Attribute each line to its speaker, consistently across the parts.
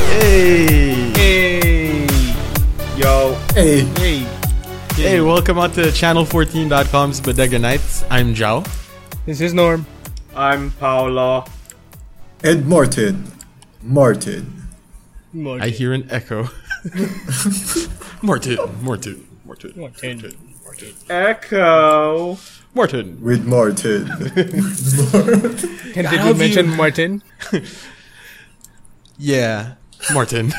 Speaker 1: Hey.
Speaker 2: Hey, yo,
Speaker 1: Hey.
Speaker 2: hey,
Speaker 1: Hey, welcome out to channel14.com's Bodega Nights. I'm Zhao.
Speaker 3: This is Norm.
Speaker 2: I'm Paolo.
Speaker 4: And Martin. Martin.
Speaker 3: Martin.
Speaker 1: I hear an echo. Morton, Morton, Morton,
Speaker 3: Martin.
Speaker 2: Echo.
Speaker 1: Morton.
Speaker 4: With Martin.
Speaker 3: And did
Speaker 1: How
Speaker 3: you
Speaker 1: do
Speaker 3: mention
Speaker 1: you-
Speaker 3: Martin?
Speaker 1: Yeah, Morton.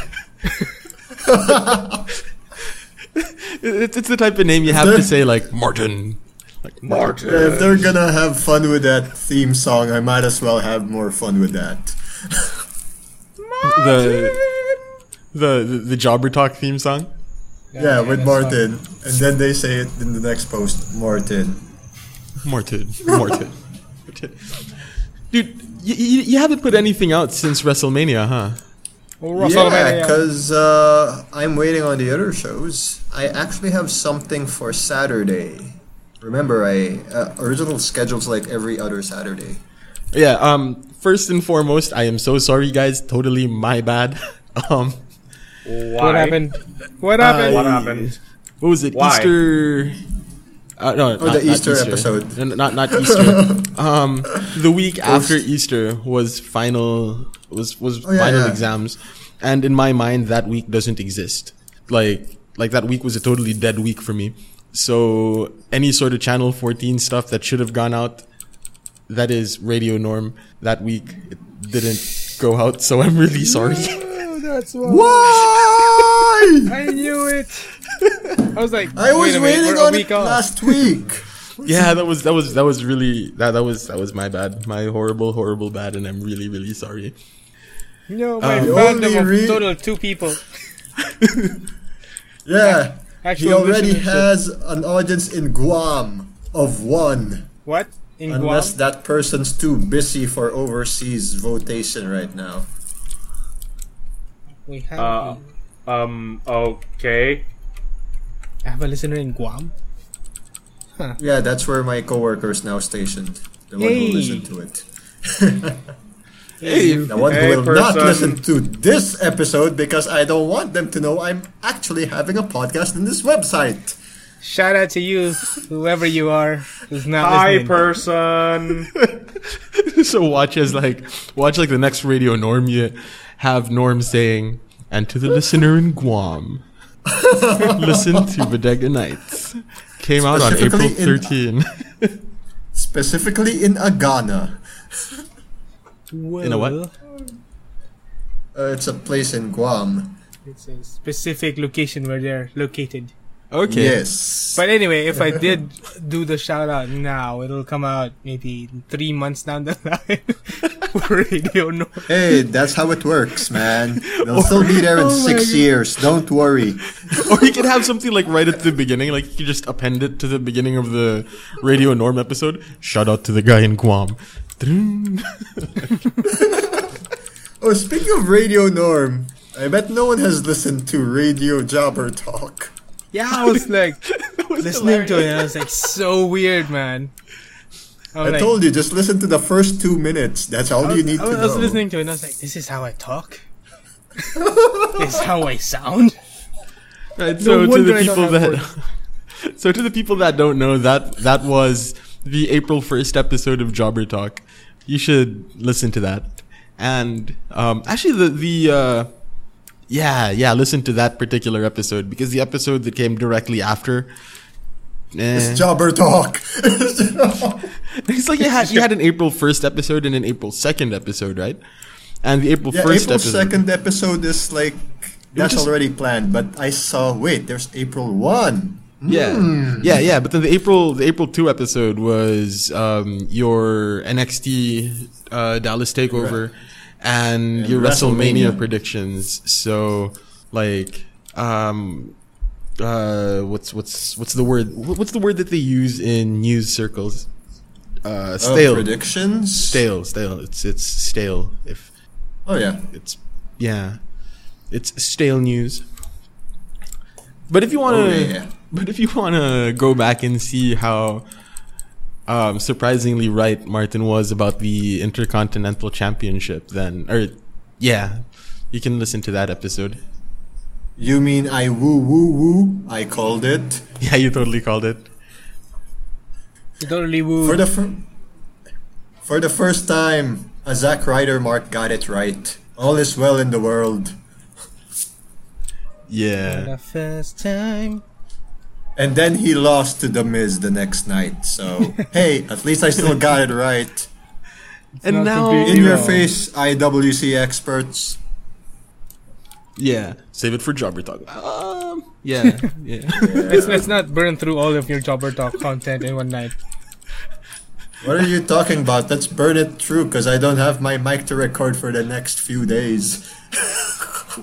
Speaker 1: it's, it's the type of name you have to say, like Morton. Like Morton.
Speaker 4: if they're gonna have fun with that theme song, I might as well have more fun with that.
Speaker 1: The, the the the Jobber Talk theme song.
Speaker 4: Yeah, with
Speaker 3: that's
Speaker 4: Martin. And then they say it in the next post Martin.
Speaker 1: Morton. Morton. Morton. Dude, you, you, you haven't put anything out since WrestleMania, huh?
Speaker 3: Well,
Speaker 4: Yeah,
Speaker 3: WrestleMania.
Speaker 4: because uh, I'm waiting on the other shows. I actually have something for Saturday. Remember, I uh, original schedule's like every other Saturday.
Speaker 1: Yeah, um first and foremost, I am so sorry guys, totally my bad. Um
Speaker 2: Why? Uh,
Speaker 3: What happened? What happened?
Speaker 2: What happened?
Speaker 1: what was it?
Speaker 2: Why?
Speaker 1: Easter uh, no,
Speaker 4: Oh, the Easter episode.
Speaker 1: No, no, not not Easter. um, the week after Easter was final was was
Speaker 4: Oh, yeah,
Speaker 1: final
Speaker 4: yeah.
Speaker 1: exams, and in my mind that week doesn't exist. Like like that week was a totally dead week for me. So any sort of Channel 14 stuff that should have gone out, that is Radio Norm that week, it didn't go out. So I'm really sorry.
Speaker 3: Oh, that's why.
Speaker 4: Why?
Speaker 3: I knew it. I was like,
Speaker 4: I was
Speaker 3: wait a minute,
Speaker 4: waiting
Speaker 3: we're
Speaker 4: on
Speaker 3: a
Speaker 4: it
Speaker 3: week off.
Speaker 4: last week.
Speaker 1: yeah, that was that was that was really that that was that was my bad, my horrible horrible bad, and I'm really really sorry.
Speaker 3: No, my
Speaker 1: Um,
Speaker 3: fandom
Speaker 4: only
Speaker 3: of
Speaker 4: re-
Speaker 3: total two people.
Speaker 4: Yeah. He
Speaker 3: Actual
Speaker 4: already
Speaker 3: listenership.
Speaker 4: has an audience in Guam of one.
Speaker 3: What in
Speaker 4: Unless
Speaker 3: Guam?
Speaker 4: that person's too busy for overseas votation right now.
Speaker 3: We have,
Speaker 2: Uh, um, okay.
Speaker 3: I have a listener in Guam.
Speaker 4: Yeah, that's where my coworker's now stationed. The one
Speaker 3: Yay.
Speaker 4: who listened to it.
Speaker 1: Hey,
Speaker 4: The one who
Speaker 2: Hey,
Speaker 4: will not
Speaker 2: person.
Speaker 4: listen to this episode because I don't want them to know I'm actually having a podcast in this website.
Speaker 3: Shout out to you, whoever you are, who's not listening.
Speaker 2: Hi, person.
Speaker 1: so watch as like watch like the next radio norm you have norm saying and to the listener in guam listen to bodega nights came out on april
Speaker 4: Specifically in-
Speaker 1: 13
Speaker 4: Specifically in Agana.
Speaker 3: Well,
Speaker 1: know what?
Speaker 4: Uh, it's a place in Guam.
Speaker 3: It's a specific location where they're located.
Speaker 1: okay
Speaker 4: Yes.
Speaker 3: But anyway, if I did do the shout out now, it'll come out maybe three months down the line. Radio no.
Speaker 4: Hey, that's how it works, man. They'll still be there in six years. Don't worry.
Speaker 1: or you could have something like right at the beginning like you could just append it to the beginning of the radio norm episode shout out to the guy in guam
Speaker 4: Oh, speaking of Radio Norm, I bet no one has listened to Radio Jobber Talk.
Speaker 3: Yeah, I was like listening to it, and I was like, so weird, man. I was,
Speaker 4: I
Speaker 3: like,
Speaker 4: told you, just listen to the first two minutes. That's all you need
Speaker 3: I
Speaker 4: to
Speaker 3: was, I
Speaker 4: know.
Speaker 3: was listening to it, and I was like, this is how I talk. this is how I sound.
Speaker 1: Right, so to
Speaker 3: wonder
Speaker 1: the
Speaker 3: I don't
Speaker 1: people
Speaker 3: have
Speaker 1: that So to the people that don't know that that was the April 1st episode of Jobber Talk. You should listen to that. And um actually the the uh yeah, yeah, listen to that particular episode because the episode that came directly after eh.
Speaker 4: It's Jobber Talk.
Speaker 1: It's like you had you had an April 1st episode and an April 2nd episode, right? And the April
Speaker 4: yeah,
Speaker 1: 1st
Speaker 4: April
Speaker 1: episode
Speaker 4: second episode is like that's
Speaker 1: just-
Speaker 4: already planned. But I saw. Wait, there's April one.
Speaker 1: Yeah, yeah, yeah. But then the April the April two episode was um, your NXT uh, Dallas Takeover and, your WrestleMania,
Speaker 4: WrestleMania.
Speaker 1: predictions. So like, um, uh, what's what's what's the word? Wh- What's the word that they use in news circles? Uh,
Speaker 4: Uh,
Speaker 1: stale,
Speaker 4: predictions.
Speaker 1: stale, stale. It's it's stale. If
Speaker 4: Oh yeah.
Speaker 1: it's yeah, it's stale news. But if you want to.
Speaker 4: Oh, yeah.
Speaker 1: But if you want to go back and see how um, surprisingly right Martin was about the Intercontinental Championship, then or yeah, you can listen to that episode.
Speaker 4: You mean I woo woo woo? I called it.
Speaker 1: Yeah, you totally called it.
Speaker 3: You totally woo.
Speaker 4: For the fir- for the first time, a Zack Ryder Mark got it right. All is well in the world.
Speaker 3: For the
Speaker 1: Yeah.
Speaker 3: first time.
Speaker 4: And then he lost to The Miz the next night. So, hey, at least I still got it right.
Speaker 1: And
Speaker 3: not
Speaker 1: now,
Speaker 3: to be-
Speaker 4: In your
Speaker 3: Yeah.
Speaker 4: face, IWC experts.
Speaker 1: yeah, save it for jobber talk. Um, yeah, yeah.
Speaker 3: Let's, let's not burn through all of your Jobber Talk content in one night.
Speaker 4: What are you talking about? Let's burn it through because I don't have my mic to record for the next few days.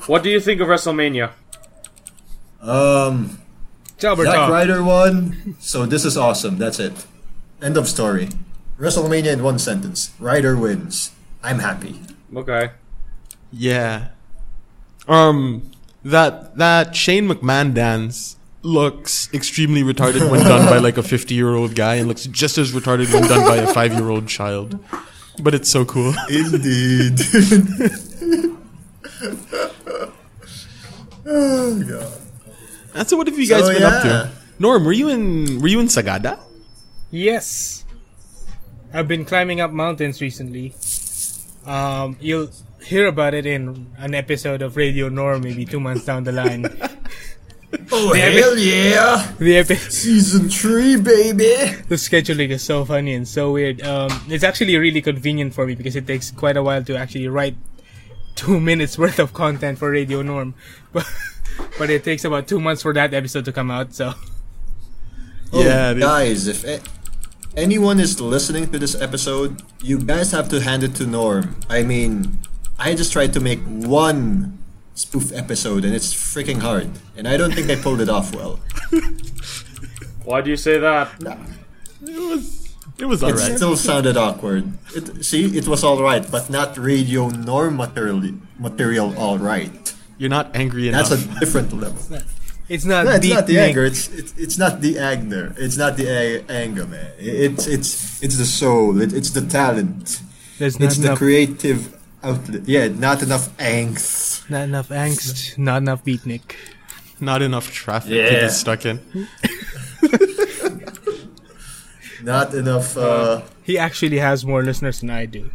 Speaker 2: What do you think of WrestleMania?
Speaker 4: Um,
Speaker 3: Jobber
Speaker 4: Zack
Speaker 3: Talk.
Speaker 4: Ryder won, so this is awesome. That's it. End of story. WrestleMania in one sentence. Ryder wins. I'm happy.
Speaker 2: Okay.
Speaker 1: Yeah. Um, that that Shane McMahon dance looks extremely retarded when done by like a fifty-year-old guy, and looks just as retarded when done by a five-year-old child. But it's so cool.
Speaker 4: Indeed. oh, God.
Speaker 1: And so, what have you guys
Speaker 4: So,
Speaker 1: been up
Speaker 4: yeah.
Speaker 1: to? Norm, were you in were you in Sagada?
Speaker 3: Yes. I've been climbing up mountains recently. Um, you'll hear about it in an episode of Radio Norm maybe two months down the line.
Speaker 4: Oh,
Speaker 3: Damn it.
Speaker 4: hell yeah!
Speaker 3: the epi-
Speaker 4: Season 3, baby!
Speaker 3: the scheduling is so funny and so weird. Um, it's actually really convenient for me because it takes quite a while to actually write two minutes worth of content for Radio Norm, but but it takes about two months for that episode to come out. So
Speaker 1: Yeah,
Speaker 4: oh,
Speaker 1: they-
Speaker 4: guys, if a- anyone is listening to this episode, you guys have to hand it to Norm. I mean, I just tried to make one spoof episode and it's freaking hard. And I don't think I pulled it off well.
Speaker 2: Why do you say that?
Speaker 1: It was it was
Speaker 4: It
Speaker 1: alright.
Speaker 4: still sounded awkward. It, see, it was alright, but not radio Norm material, material alright.
Speaker 1: You're not angry enough.
Speaker 4: That's a different level.
Speaker 3: it's not
Speaker 4: No, it's
Speaker 3: deep
Speaker 4: not the
Speaker 3: Nick.
Speaker 4: anger. It's, it's it's not the anger. It's not the a- anger, man. It- It's it's it's the soul. It, it's the talent.
Speaker 3: There's not
Speaker 4: It's the
Speaker 3: enough,
Speaker 4: creative outlet. Yeah, not enough angst.
Speaker 3: not enough angst, not enough beatnik.
Speaker 1: not enough traffic to
Speaker 4: Yeah.
Speaker 1: get stuck in.
Speaker 4: Not enough. Uh,
Speaker 3: He actually has more listeners than I do.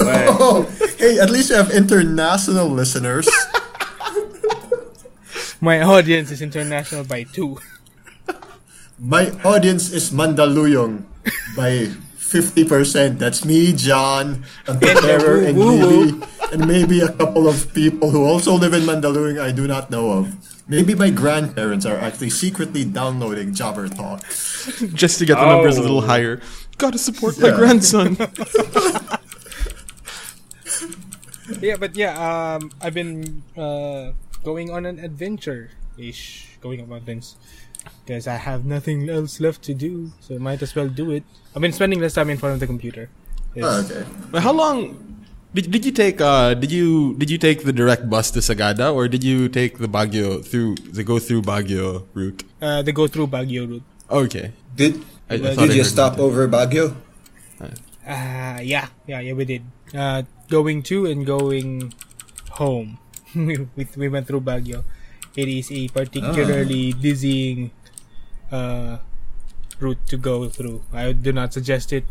Speaker 2: Wait.
Speaker 4: oh, hey, at least you have international listeners.
Speaker 3: My audience is international by two.
Speaker 4: My audience is Mandaluyong by fifty percent. That's me, John, and the Terror, and
Speaker 3: woo-woo.
Speaker 4: Lily, and maybe a couple of people who also live in Mandaluyong I do not know of. Maybe my grandparents are actually secretly downloading Jabber Talk.
Speaker 1: Just to get the numbers a little
Speaker 2: Oh.
Speaker 1: higher. Gotta support my
Speaker 4: Yeah.
Speaker 1: grandson.
Speaker 3: yeah, but yeah, um, I've been uh, going on an adventure ish, going up mountains, because I have nothing else left to do, so might as well do it. I've been spending less time in front of the computer. It's-
Speaker 4: Oh, okay.
Speaker 1: But how long did, did you take uh did you did you take the direct bus to Sagada or did you take the Baguio through the go through Baguio route?
Speaker 3: uh, the go through Baguio route.
Speaker 1: Okay.
Speaker 4: Did
Speaker 1: I- I
Speaker 4: did
Speaker 1: thought I
Speaker 4: you
Speaker 1: heard
Speaker 4: stop
Speaker 1: that.
Speaker 4: over Baguio?
Speaker 3: Uh, yeah, yeah, yeah, we did. Uh, going to and going home. we, we went through Baguio. It is a particularly dizzying uh, route to go through. I do not suggest it,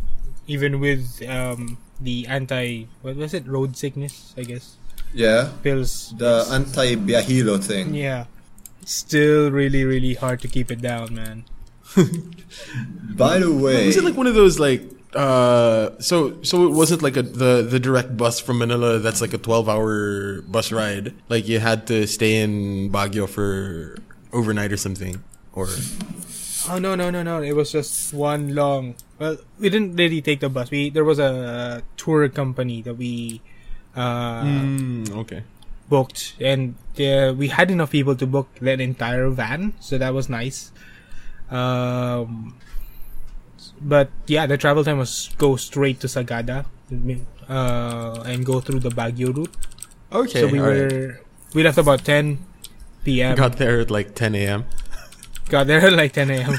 Speaker 3: even with um, the anti what was it road sickness I guess
Speaker 4: Yeah,
Speaker 3: pills.
Speaker 4: the anti-Biahilo thing.
Speaker 3: Yeah, still really really hard to keep it down, man.
Speaker 4: By the way,
Speaker 1: Was it like one of those like uh so so it wasn't like a the the direct bus from Manila that's like a 12 hour bus ride like you had to stay in Baguio for overnight or something or
Speaker 3: Oh no no no no! It was just one long. Well, we didn't really take the bus. We there was a tour company that we uh,
Speaker 1: Mm, okay
Speaker 3: booked, and uh, we had enough people to book an entire van, so that was nice. Um, but yeah, the travel time was go straight to Sagada, uh, and go through the Baguio route.
Speaker 1: okay
Speaker 3: so we
Speaker 1: all right.
Speaker 3: were we left about ten p.m.
Speaker 1: got there at like 10 a.m.
Speaker 3: got there at like ten a.m.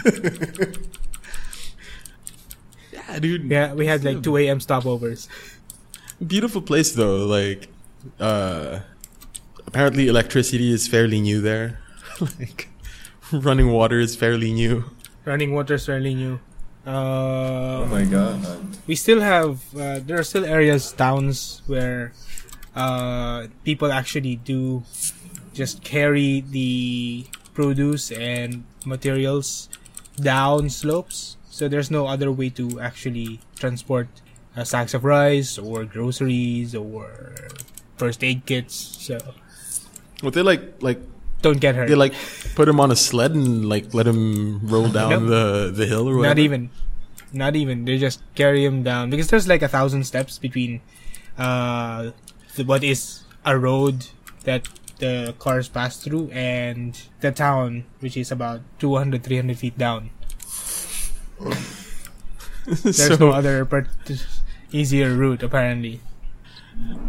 Speaker 1: Yeah, dude.
Speaker 3: yeah, we had like two a.m. stopovers.
Speaker 1: Beautiful place though. Like uh, apparently electricity is fairly new there. like running water is fairly new.
Speaker 3: Running water's fairly new. Uh,
Speaker 4: Oh my god.
Speaker 3: we still have uh, there are still areas towns where uh, people actually do just carry the produce and materials down slopes so there's no other way to actually transport uh, sacks of rice or groceries or first aid kits so
Speaker 1: Well, they like like
Speaker 3: don't get hurt
Speaker 1: they like put him on a sled and like let him roll down the the hill or whatever.
Speaker 3: Not even. Not even. They just carry him down because there's like a thousand steps between uh, the, what is a road that the cars pass through and the town, which is about 200, 300 feet down. There's
Speaker 1: so,
Speaker 3: no other part- easier route apparently.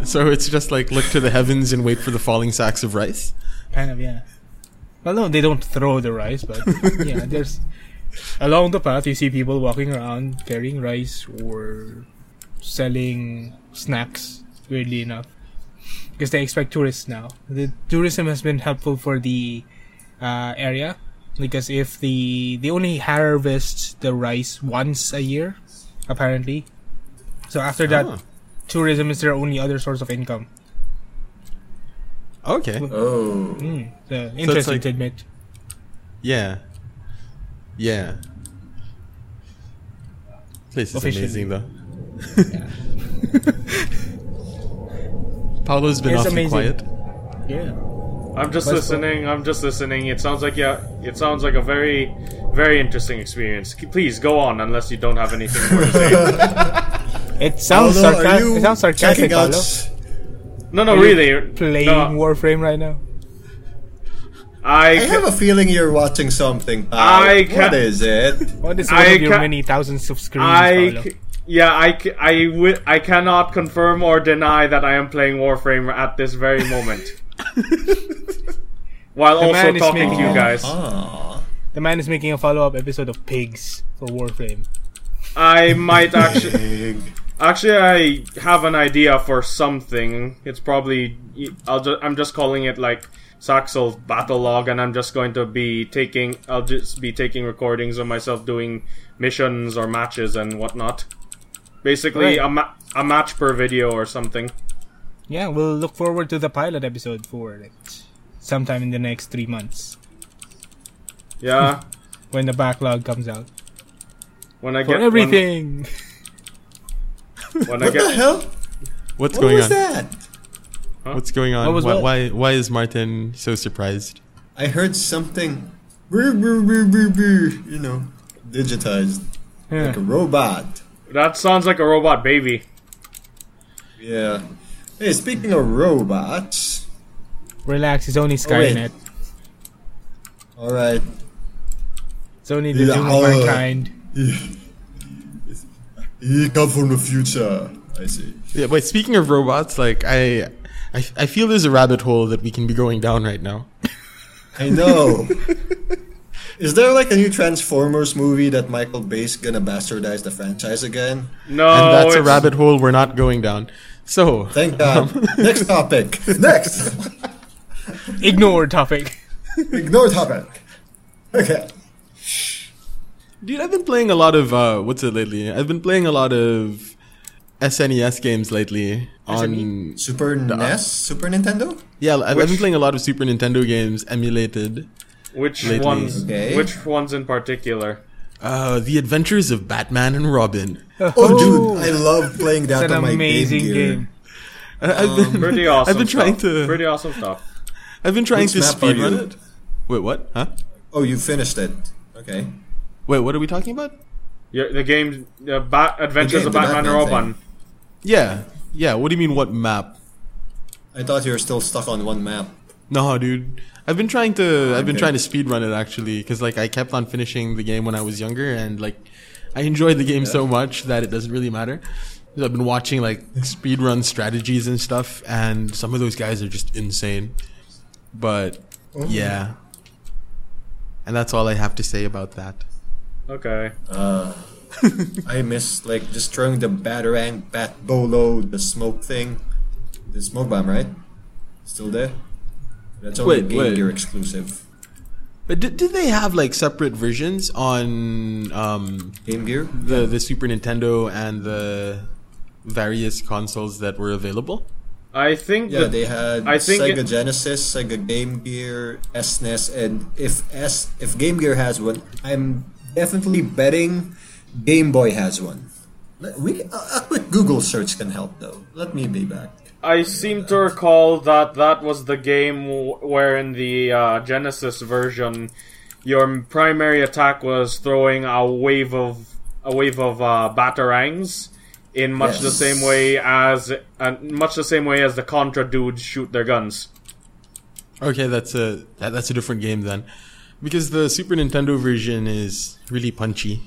Speaker 1: so it's just like look to the heavens and wait for the falling sacks of rice.
Speaker 3: Kind of yeah. Well, no, they don't throw the rice, but yeah, there's along the path you see people walking around carrying rice or selling snacks. Weirdly enough, because they expect tourists now. The tourism has been helpful for the uh, area because if the they only harvest the rice once a year, apparently. So after that,
Speaker 1: Ah.
Speaker 3: tourism is their only other source of income.
Speaker 1: Okay.
Speaker 4: Oh.
Speaker 3: Mm, so interesting
Speaker 1: like-
Speaker 3: tidbit.
Speaker 1: Yeah. Yeah. Place is
Speaker 3: Officially.
Speaker 1: amazing though. Paolo's been
Speaker 3: It's
Speaker 1: awfully
Speaker 3: amazing.
Speaker 1: quiet.
Speaker 3: Yeah.
Speaker 2: I'm just
Speaker 3: West-
Speaker 2: listening. I'm just listening. It sounds like yeah. It sounds like a very, very interesting experience. C- Please go on, unless you don't have anything more to say.
Speaker 3: It sounds,
Speaker 4: Paolo, are
Speaker 3: sarcastic.
Speaker 4: you
Speaker 3: it sounds sarcastic,
Speaker 4: checking out-
Speaker 3: Paolo.
Speaker 2: No, no,
Speaker 3: Are you
Speaker 2: really.
Speaker 3: Playing
Speaker 2: no,
Speaker 3: Warframe right now.
Speaker 2: I,
Speaker 4: I
Speaker 2: ca-
Speaker 4: have a feeling you're watching something, pal.
Speaker 2: I
Speaker 4: What
Speaker 2: ca-
Speaker 4: is it?
Speaker 3: What is
Speaker 2: I
Speaker 3: one of your
Speaker 2: ca-
Speaker 3: many thousands of screens,
Speaker 2: I,
Speaker 3: Paolo?
Speaker 2: c- yeah, I, c- I, wi- I cannot confirm or deny that I am playing Warframe at this very moment. While also
Speaker 3: man is
Speaker 2: talking to
Speaker 3: making
Speaker 2: you
Speaker 3: it.
Speaker 2: guys,
Speaker 4: Ah.
Speaker 3: The man is making a follow-up episode of Pigs for Warframe.
Speaker 2: I might actually,
Speaker 4: Big.
Speaker 2: actually, I have an idea for something. It's probably, I'll ju- I'm just calling it like Saxel Battle Log, and I'm just going to be taking, I'll just be taking recordings of myself doing missions or matches and whatnot.
Speaker 3: Right.
Speaker 2: Basically, a, ma- a match per video or something.
Speaker 3: Yeah, we'll look forward to the pilot episode for it sometime in the next three months
Speaker 2: Yeah.
Speaker 3: when the backlog comes out
Speaker 2: When I
Speaker 3: for
Speaker 2: get when-
Speaker 3: everything.
Speaker 2: When, I
Speaker 4: What the
Speaker 2: get
Speaker 4: hell?
Speaker 1: What's
Speaker 4: What
Speaker 1: going
Speaker 4: was
Speaker 1: on?
Speaker 4: that?
Speaker 1: What's going on?
Speaker 3: What was
Speaker 1: why,
Speaker 3: what?
Speaker 1: why why is Martin so surprised?
Speaker 4: I heard something. brr, brr, brr, brr, brr, You know, digitized. Like a
Speaker 3: Yeah.
Speaker 4: robot.
Speaker 2: that sounds like a robot baby.
Speaker 4: Yeah. Hey, speaking of robots.
Speaker 3: Relax, it's only
Speaker 4: Oh, wait.
Speaker 3: Skynet.
Speaker 4: Alright.
Speaker 3: it's only the
Speaker 4: Yeah,
Speaker 3: doom
Speaker 4: I'll,
Speaker 3: of
Speaker 4: uh,
Speaker 3: mankind.
Speaker 4: He come from the future. I see.
Speaker 1: Yeah, but speaking of robots, like I, I, I feel there's a rabbit hole that we can be going down right now.
Speaker 4: I know. Is there like a new Transformers movie that Michael Bay's gonna bastardize the franchise again?
Speaker 2: No,
Speaker 1: And
Speaker 3: Oh,
Speaker 1: that's a
Speaker 2: it's-
Speaker 1: rabbit hole we're not going down. So
Speaker 4: Thank God. Next topic. Next.
Speaker 3: Ignore topic.
Speaker 4: Ignore topic. Okay.
Speaker 1: Dude, I've been playing a lot of uh, what's it lately? I've been playing a lot of SNES games lately. On
Speaker 4: Super NES, Super Nintendo.
Speaker 1: yeah, I've, I've been
Speaker 2: Which-
Speaker 1: playing a lot of Super Nintendo games emulated.
Speaker 2: Which
Speaker 1: Lately.
Speaker 2: ones?
Speaker 4: Okay.
Speaker 2: Which ones in particular?
Speaker 1: Uh, the Adventures of Batman and Robin.
Speaker 3: Um,
Speaker 4: Oh, dude, I love playing that
Speaker 3: It's
Speaker 4: on
Speaker 3: an
Speaker 4: my
Speaker 3: amazing
Speaker 4: Game Gear.
Speaker 3: game.
Speaker 1: I- I've been
Speaker 2: Pretty awesome.
Speaker 1: I've been trying
Speaker 2: stuff.
Speaker 1: to.
Speaker 2: Pretty awesome stuff.
Speaker 1: I've been trying
Speaker 4: Which
Speaker 1: to
Speaker 4: map are
Speaker 1: speedrun
Speaker 4: you?
Speaker 1: it. Wait, what? Huh?
Speaker 4: Oh, you finished it. Okay.
Speaker 1: Wait, what are we talking about?
Speaker 2: Yeah, the game, uh, Bat Adventures
Speaker 4: game,
Speaker 2: of
Speaker 4: the
Speaker 2: Batman and
Speaker 4: Batman thing.
Speaker 2: Robin.
Speaker 1: Yeah, yeah. What do you mean? What map?
Speaker 4: I thought you were still stuck on one map.
Speaker 1: No, dude. I've been trying to. I've been
Speaker 4: Okay.
Speaker 1: trying to speedrun it actually, because like I kept on finishing the game when I was younger, and like I enjoyed the game so much that it doesn't really matter. So I've been watching like speedrun strategies and stuff, and some of those guys are just insane. But yeah, and that's all I have to say about that.
Speaker 2: Okay.
Speaker 4: Uh, I missed like destroying the batarang, bat bolo, the smoke thing. It's smoke bomb, right? Still there? That's
Speaker 1: Wait,
Speaker 4: only Game
Speaker 1: wait.
Speaker 4: Gear exclusive.
Speaker 1: But did, did they have like separate versions on um,
Speaker 4: Game Gear?
Speaker 1: the the Super Nintendo and the various consoles that were available?
Speaker 2: I think
Speaker 4: Yeah,
Speaker 2: that
Speaker 4: they had
Speaker 2: I think
Speaker 4: Sega
Speaker 2: it-
Speaker 4: Genesis, Sega Game Gear, SNES, and if S if Game Gear has one, I'm definitely betting Game Boy has one. Let- We a, a quick Google search can help though. Let me be back.
Speaker 2: I seem to recall that that was the game w- where in the uh, Genesis version, your primary attack was throwing a wave of a wave of uh, batarangs in much the
Speaker 4: Yes.
Speaker 2: same way as uh, much the same way as the Contra dudes shoot their guns.
Speaker 1: Okay, that's a that, that's a different game then, because the Super Nintendo version is really punchy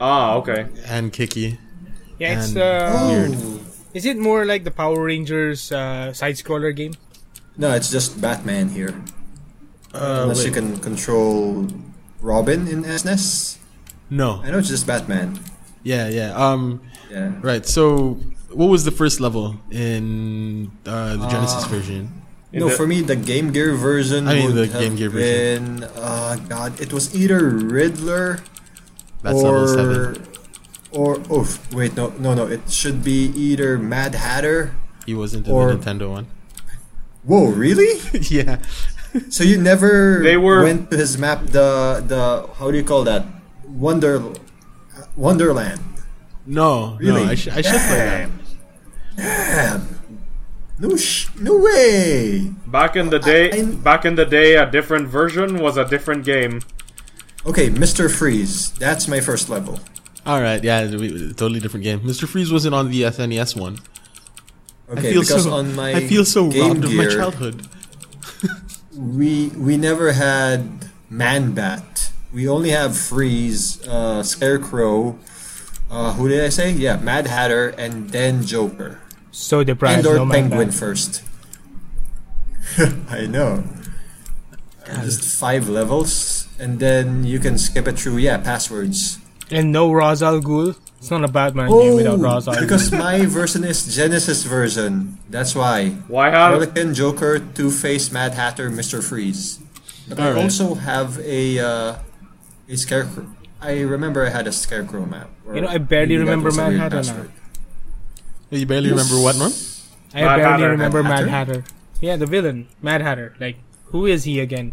Speaker 2: Ah, okay.
Speaker 1: and kicky.
Speaker 3: Yeah, it's
Speaker 1: And-
Speaker 3: uh,
Speaker 1: Weird.
Speaker 3: is it more like the Power Rangers uh, side scroller game?
Speaker 4: No, it's just Batman here.
Speaker 1: Uh,
Speaker 4: Unless you
Speaker 1: wait.
Speaker 4: can control Robin in SNES.
Speaker 1: No,
Speaker 4: I know it's just Batman.
Speaker 1: yeah, yeah. Um,
Speaker 4: Yeah.
Speaker 1: right. So, what was the first level in uh, the
Speaker 4: Ah.
Speaker 1: Genesis version?
Speaker 4: No,
Speaker 2: the-
Speaker 4: for me the Game Gear version
Speaker 1: I mean,
Speaker 4: would
Speaker 1: the
Speaker 4: have
Speaker 1: Game Gear version.
Speaker 4: been uh, God, it was either Riddler
Speaker 1: That's
Speaker 4: or
Speaker 1: level seven.
Speaker 4: or oh wait no no no it should be either Mad Hatter.
Speaker 1: He wasn't in
Speaker 4: or-
Speaker 1: the Nintendo one.
Speaker 4: Whoa, really?
Speaker 1: yeah,
Speaker 4: so you never
Speaker 2: They were-
Speaker 4: went to his map the the how do you call that Wonder Wonderland?
Speaker 1: no,
Speaker 4: Really?
Speaker 1: no. I, sh- I should play that.
Speaker 4: Damn. No sh- no way.
Speaker 2: Back in the day,
Speaker 4: I'm-
Speaker 2: back in the day, a different version was a different game.
Speaker 4: Okay, Mr. Freeze. That's my first level.
Speaker 1: All right, yeah, we- we- totally different game. Mr. Freeze wasn't on the SNES one.
Speaker 4: Okay,
Speaker 1: I feel
Speaker 4: because
Speaker 1: so.
Speaker 4: on my
Speaker 1: I feel so
Speaker 4: Game
Speaker 1: robbed of my
Speaker 4: Gear,
Speaker 1: childhood.
Speaker 4: We we never had Man Bat. We only have Freeze, uh, Scarecrow. Uh, who did I say? Yeah, Mad Hatter, and then Joker.
Speaker 3: So deprived.
Speaker 4: And or
Speaker 3: no, my
Speaker 4: Penguin
Speaker 3: bad.
Speaker 4: first. I know. Just five levels, and then you can skip it through. Yeah, passwords.
Speaker 3: And no Ra's al Ghul. It's not a Batman game without Ra's al Ghul.
Speaker 4: Oh, because my version is Genesis version. That's why.
Speaker 2: Why have
Speaker 4: Harlequin, Joker, Two Face, Mad Hatter, Mister Freeze. But I
Speaker 1: Alright.
Speaker 4: also have a uh, a scarecrow. I remember I had a scarecrow map. or
Speaker 3: You know, I barely
Speaker 4: maybe that
Speaker 3: remember
Speaker 4: was a
Speaker 3: Mad
Speaker 4: weird
Speaker 3: Hatter now.
Speaker 4: password.
Speaker 1: You barely remember what, Norm?
Speaker 3: I
Speaker 2: Mad
Speaker 3: barely
Speaker 2: Hatter.
Speaker 3: remember
Speaker 4: Mad
Speaker 3: Mad Hatter. Yeah, the villain, Mad Hatter. Like, who is he again?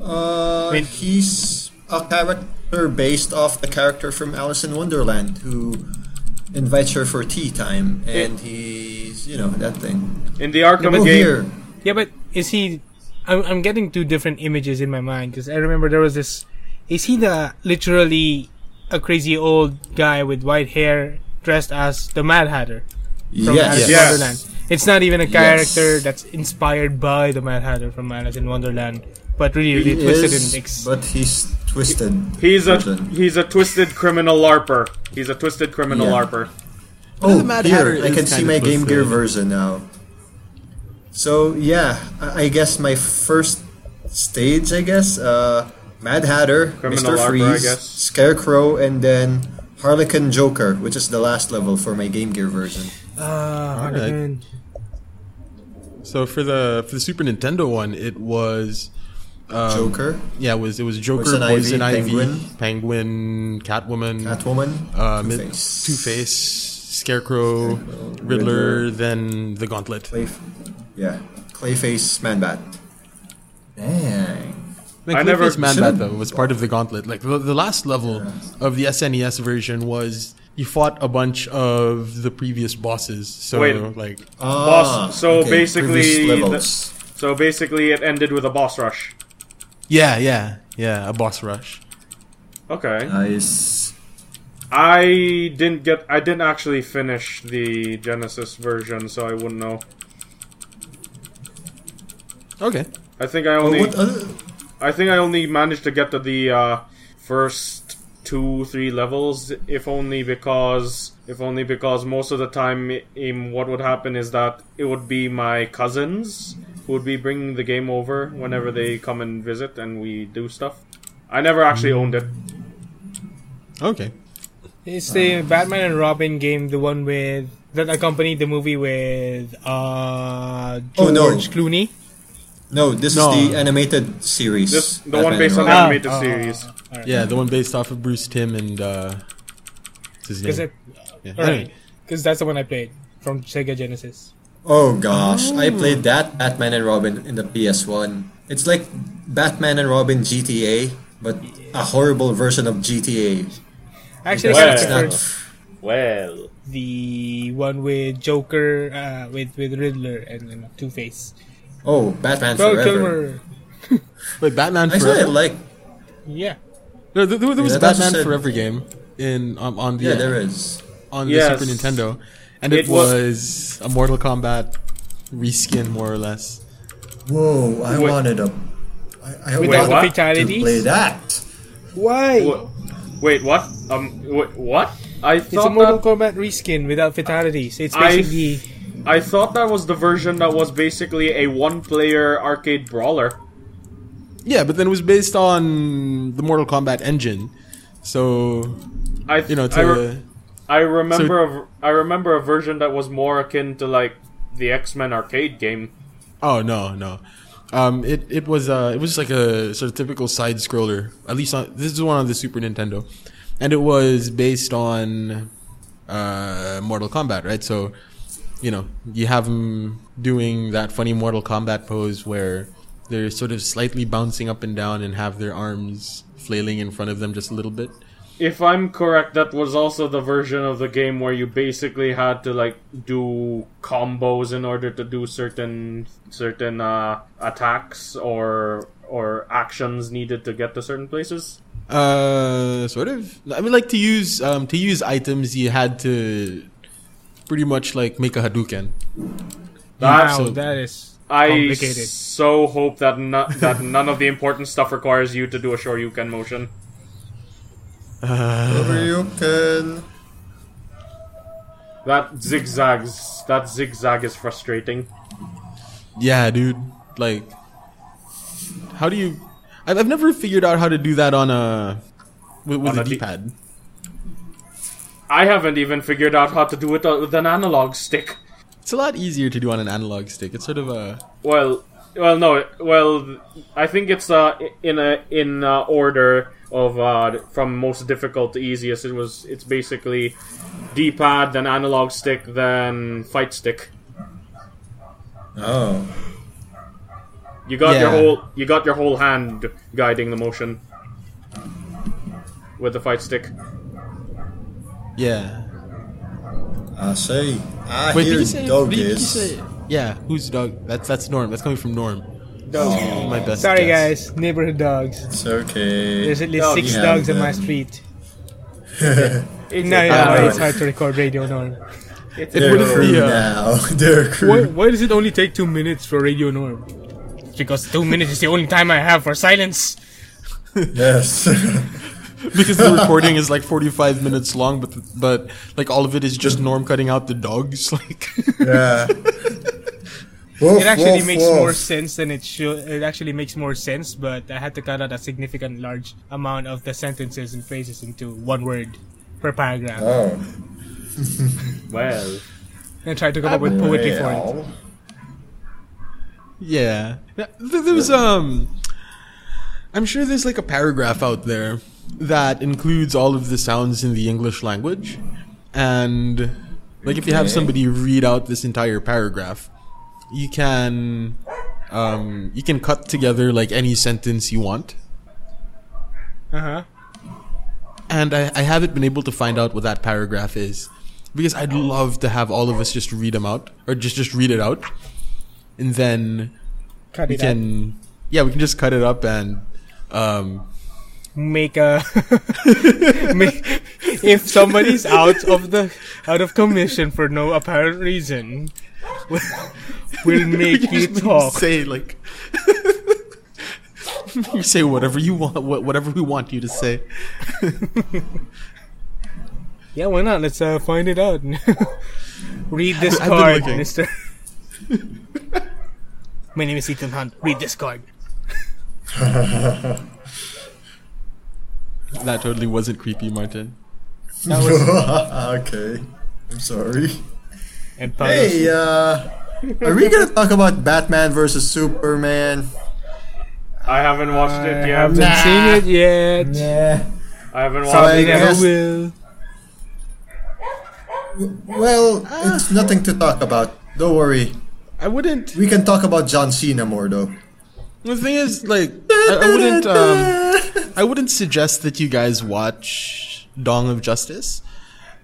Speaker 4: Uh,
Speaker 3: Wait.
Speaker 4: he's a character based off the character from Alice in Wonderland who invites her for tea time, and he's you know that thing.
Speaker 2: in the Arkham
Speaker 4: Oh,
Speaker 2: game?
Speaker 4: here.
Speaker 3: Yeah, but is he? I'm, I'm getting two different images in my mind because I remember there was this. Is he the literally a crazy old guy with white hair dressed as the Mad Hatter from Alice
Speaker 4: Yes.
Speaker 3: in
Speaker 2: Yes.
Speaker 3: Wonderland? It's not even a
Speaker 4: Yes.
Speaker 3: character that's inspired by the Mad Hatter from Alice in Wonderland, but really,
Speaker 4: He
Speaker 3: really twisted
Speaker 4: is,
Speaker 3: and ex-
Speaker 4: but he's twisted.
Speaker 2: He's a
Speaker 4: version.
Speaker 2: he's a twisted criminal larper. He's a twisted criminal
Speaker 4: Yeah.
Speaker 2: larper.
Speaker 4: Oh,
Speaker 1: the Mad
Speaker 4: here,
Speaker 1: Hatter
Speaker 4: I
Speaker 1: is
Speaker 4: can
Speaker 1: kind
Speaker 4: see
Speaker 1: of
Speaker 4: my Game Gear
Speaker 1: twisted.
Speaker 4: version now. So yeah, I I guess my first stage, I guess, uh, Mad Hatter,
Speaker 2: Criminal
Speaker 4: Mister
Speaker 2: Arbor, I
Speaker 4: Freeze,
Speaker 2: guess.
Speaker 4: Scarecrow, and then Harlequin Joker, which is the last level for my Game Gear version.
Speaker 3: Ah,
Speaker 1: Alright.
Speaker 3: man.
Speaker 1: So for the for the Super Nintendo one, it was um,
Speaker 4: Joker,
Speaker 1: Yeah, it was it was Joker,
Speaker 4: Poison
Speaker 1: Poison,
Speaker 4: Ivy,
Speaker 1: Ivy,
Speaker 4: Penguin.
Speaker 1: Penguin, Catwoman,
Speaker 4: Catwoman,
Speaker 1: uh, Two
Speaker 4: Two-Face.
Speaker 1: Face, Scarecrow, Riddler,
Speaker 4: Riddler.
Speaker 1: then the Gauntlet.
Speaker 4: Clay, yeah, Clayface, Man Bat. Dang.
Speaker 1: Like,
Speaker 2: I never-
Speaker 1: Clayface Man Bat
Speaker 4: Should've-
Speaker 1: though was part of the Gauntlet. Like the, the last level of the SNES version was you fought a bunch of the previous bosses. So
Speaker 2: Wait.
Speaker 1: like
Speaker 4: Ah,
Speaker 2: so basically
Speaker 4: previous
Speaker 2: the-
Speaker 4: levels.
Speaker 2: So basically, it ended with a boss rush.
Speaker 1: yeah, yeah, yeah, a boss rush.
Speaker 2: Okay.
Speaker 4: nice.
Speaker 2: I didn't get. I didn't actually finish the Genesis version, so I wouldn't know.
Speaker 1: Okay.
Speaker 2: I think I
Speaker 4: But
Speaker 2: only.
Speaker 4: what other?
Speaker 2: I think I only managed to get to the uh, first two, three levels, if only because, if only because most of the time, i- in what would happen is that it would be my cousins who would be bringing the game over whenever they come and visit and we do stuff. I never actually owned it.
Speaker 1: Okay.
Speaker 4: Ah.
Speaker 3: It's the Batman and Robin game, the one with that accompanied the movie with uh, George
Speaker 4: Oh, no.
Speaker 3: Clooney.
Speaker 4: No, this
Speaker 1: No.
Speaker 4: is the animated series.
Speaker 2: This, the
Speaker 4: Batman
Speaker 2: one based on
Speaker 4: and
Speaker 2: the
Speaker 3: Ah,
Speaker 4: Robin.
Speaker 2: animated
Speaker 3: ah,
Speaker 2: series.
Speaker 3: Alright.
Speaker 1: Yeah, the one based off of Bruce Tim and uh, what's his
Speaker 3: Because
Speaker 1: name? Yeah. Anyway,
Speaker 3: that's the one I played from Sega Genesis.
Speaker 4: Oh gosh, I played that Batman and Robin in the PS1. It's like Batman and Robin GTA, but a horrible version of GTA.
Speaker 3: Actually,
Speaker 4: Because
Speaker 2: Well.
Speaker 3: I
Speaker 4: it's
Speaker 3: preferred
Speaker 4: not
Speaker 2: Well,
Speaker 3: the one with Joker, uh, with with Riddler and, Two Face.
Speaker 4: Oh, Batman
Speaker 3: Val
Speaker 4: Forever.
Speaker 3: Kilmer.
Speaker 1: wait, Batman
Speaker 4: I said I
Speaker 1: Forever.
Speaker 4: like
Speaker 3: Yeah.
Speaker 1: No, there, there, there was
Speaker 4: Yeah,
Speaker 1: a
Speaker 4: that's
Speaker 1: Batman
Speaker 4: just it.
Speaker 1: Forever game in um, on the
Speaker 4: yeah, there is.
Speaker 1: on
Speaker 2: Yes.
Speaker 1: the Super Nintendo, and it,
Speaker 2: It wa-
Speaker 1: was a Mortal Kombat reskin, more or less.
Speaker 5: Whoa, I
Speaker 2: Wait.
Speaker 5: wanted a. I, I
Speaker 3: With
Speaker 2: Wait,
Speaker 3: all
Speaker 5: wanted
Speaker 3: the
Speaker 5: to
Speaker 2: what?
Speaker 5: play
Speaker 3: fatalities.
Speaker 5: that.
Speaker 3: Why?
Speaker 2: wha- wait, what? Um, wait, what? I
Speaker 3: It's a
Speaker 2: thought
Speaker 3: Mortal Kombat
Speaker 2: that
Speaker 3: reskin without fatalities. It's
Speaker 2: I-
Speaker 3: basically
Speaker 2: I thought that was the version that was basically a one-player arcade brawler.
Speaker 1: Yeah, but then it was based on the Mortal Kombat engine, so
Speaker 2: I
Speaker 1: you know
Speaker 2: I,
Speaker 1: to
Speaker 2: re- I remember a v I remember a version that was more akin to like the X Men arcade game.
Speaker 1: oh no no. Um, it, it was uh, it was just like a sort of typical side scroller. At least on this is one on the Super Nintendo, and it was based on uh, Mortal Kombat, right? So, you know, you have them doing that funny Mortal Kombat pose where they're sort of slightly bouncing up and down and have their arms flailing in front of them just a little bit.
Speaker 2: If I'm correct, that was also the version of the game where you basically had to like do combos in order to do certain certain uh, attacks or or actions needed to get to certain places.
Speaker 1: Uh, sort of. I mean, like to use um, to use items, you had to pretty much like make a Hadouken.
Speaker 2: That
Speaker 3: wow.
Speaker 1: so-
Speaker 3: That is
Speaker 2: I
Speaker 3: complicated.
Speaker 2: so hope that no, that none of the important stuff requires you to do a Shoryuken motion.
Speaker 4: Uh-huh. You can.
Speaker 2: That zigzags. That zigzag is frustrating.
Speaker 1: Yeah, dude. Like, how do you? I've, I've never figured out how to do that on a with, with
Speaker 2: On
Speaker 1: a
Speaker 2: a D-
Speaker 1: D-pad.
Speaker 2: I haven't even figured out how to do it uh, with an analog stick.
Speaker 1: It's a lot easier to do on an analog stick. It's sort of a
Speaker 2: Well, well, no, well, I think it's uh in a in uh, order of uh from most difficult to easiest. It was it's basically D-pad, then analog stick, then fight stick.
Speaker 4: Oh.
Speaker 2: You got your
Speaker 1: Yeah.
Speaker 2: whole you got your whole hand guiding the motion with the fight stick.
Speaker 1: yeah.
Speaker 4: I see. I
Speaker 1: Wait,
Speaker 4: hear
Speaker 1: did you say?
Speaker 4: dog
Speaker 1: did you
Speaker 4: is-
Speaker 1: say- yeah, who's dog? That's that's Norm. That's coming from Norm. My best.
Speaker 3: Sorry,
Speaker 1: guess.
Speaker 3: guys. Neighborhood dogs.
Speaker 4: It's okay.
Speaker 3: There's at least
Speaker 2: Dog
Speaker 3: six
Speaker 4: hound,
Speaker 3: dogs in
Speaker 4: uh,
Speaker 3: my street.
Speaker 2: It's
Speaker 3: No, no,
Speaker 2: a-
Speaker 3: no,
Speaker 1: Uh,
Speaker 3: it's hard to record radio norm.
Speaker 2: it's
Speaker 1: It
Speaker 4: They're
Speaker 1: wouldn't
Speaker 4: crew
Speaker 1: be uh,
Speaker 4: now. They're crew.
Speaker 3: Why, why does it only take two minutes for radio norm? Because two minutes is the only time I have for silence.
Speaker 4: Yes.
Speaker 1: because the recording is like 45 minutes long but but like all of it is just norm cutting out the dogs like
Speaker 4: yeah. Woof,
Speaker 3: It actually
Speaker 4: woof,
Speaker 3: makes
Speaker 4: woof.
Speaker 3: more sense than it should. It actually makes more sense, but I had to cut out a significant large amount of the sentences and phrases into one word per paragraph
Speaker 4: Oh.
Speaker 2: well.
Speaker 3: and try to come up with poetry for it.
Speaker 4: Well.
Speaker 1: yeah Th- there's um i'm sure there's like a paragraph out there that includes all of the sounds in the english language and like if you have
Speaker 4: Okay.
Speaker 1: somebody read out this entire paragraph you can um you can cut together like any sentence you want
Speaker 3: Uh huh.
Speaker 1: and I, I haven't been able to find out what that paragraph is because I'd love to have all of us just read them out or just just read it out, and then
Speaker 3: Cut
Speaker 1: we
Speaker 3: it out.
Speaker 1: can yeah we can just cut it up and um
Speaker 3: make a make, if somebody's out of the out of commission for no apparent reason we'll, we'll make you
Speaker 1: just
Speaker 3: talk
Speaker 1: say like you say whatever you want wha- whatever we want you to say
Speaker 3: yeah why not let's uh, find it out read this
Speaker 1: I've been
Speaker 3: card
Speaker 1: looking.
Speaker 3: mister my name is ethan hunt read this card
Speaker 1: that totally wasn't creepy Martin
Speaker 4: okay. I'm sorry.
Speaker 3: and
Speaker 4: Hey, uh, are we gonna talk about Batman versus Superman?
Speaker 2: I haven't watched it yet.
Speaker 3: haven't
Speaker 4: Nah.
Speaker 3: seen it yet.
Speaker 5: Yeah.
Speaker 2: I haven't watched
Speaker 4: Sorry.
Speaker 2: it.
Speaker 3: Never
Speaker 4: guess-
Speaker 3: will.
Speaker 4: Well, it's nothing to talk about. Don't worry.
Speaker 1: I wouldn't.
Speaker 4: We can talk about John Cena more, though.
Speaker 1: The thing is, like, I, I wouldn't. Um, I wouldn't suggest that you guys watch Dong of Justice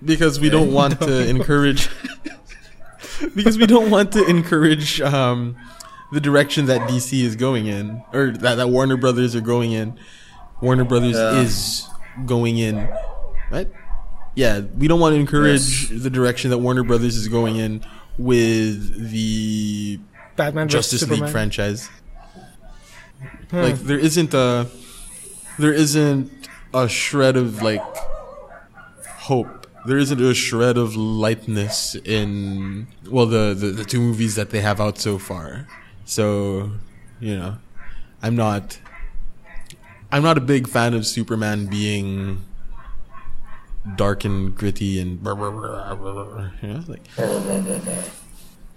Speaker 1: because we don't want to encourage. because we don't want to encourage um, the direction that DC is going in, or that, that Warner Brothers are going in. Warner Brothers
Speaker 4: Yeah.
Speaker 1: is going in, right? Yeah, we don't want to encourage the direction that Warner Brothers is going in with the
Speaker 3: Batman
Speaker 1: Justice
Speaker 3: versus Superman. Hmm.
Speaker 1: League franchise. Like there isn't a there isn't a shred of like hope. There isn't a shred of lightness in well the, the, the two movies that they have out so far. So you know, I'm not I'm not a big fan of Superman being dark and gritty and brr, brr, brr, brr, brr, you know, like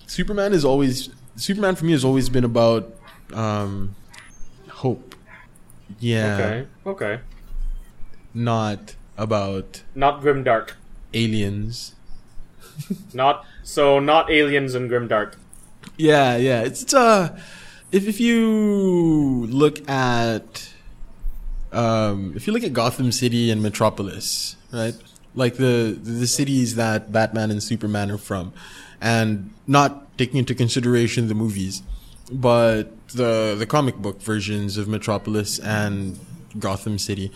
Speaker 1: Superman is always Superman for me has always been about um, hope. Yeah,
Speaker 2: Okay. Okay.
Speaker 1: not about
Speaker 2: Not Grimdark.
Speaker 1: aliens.
Speaker 2: Not so not aliens and Grimdark.
Speaker 1: Yeah, yeah. It's, it's uh if if you look at um if you look at Gotham City and Metropolis, right? Like the the cities that Batman and Superman are from and not taking into consideration the movies, but the the comic book versions of Metropolis and Gotham City.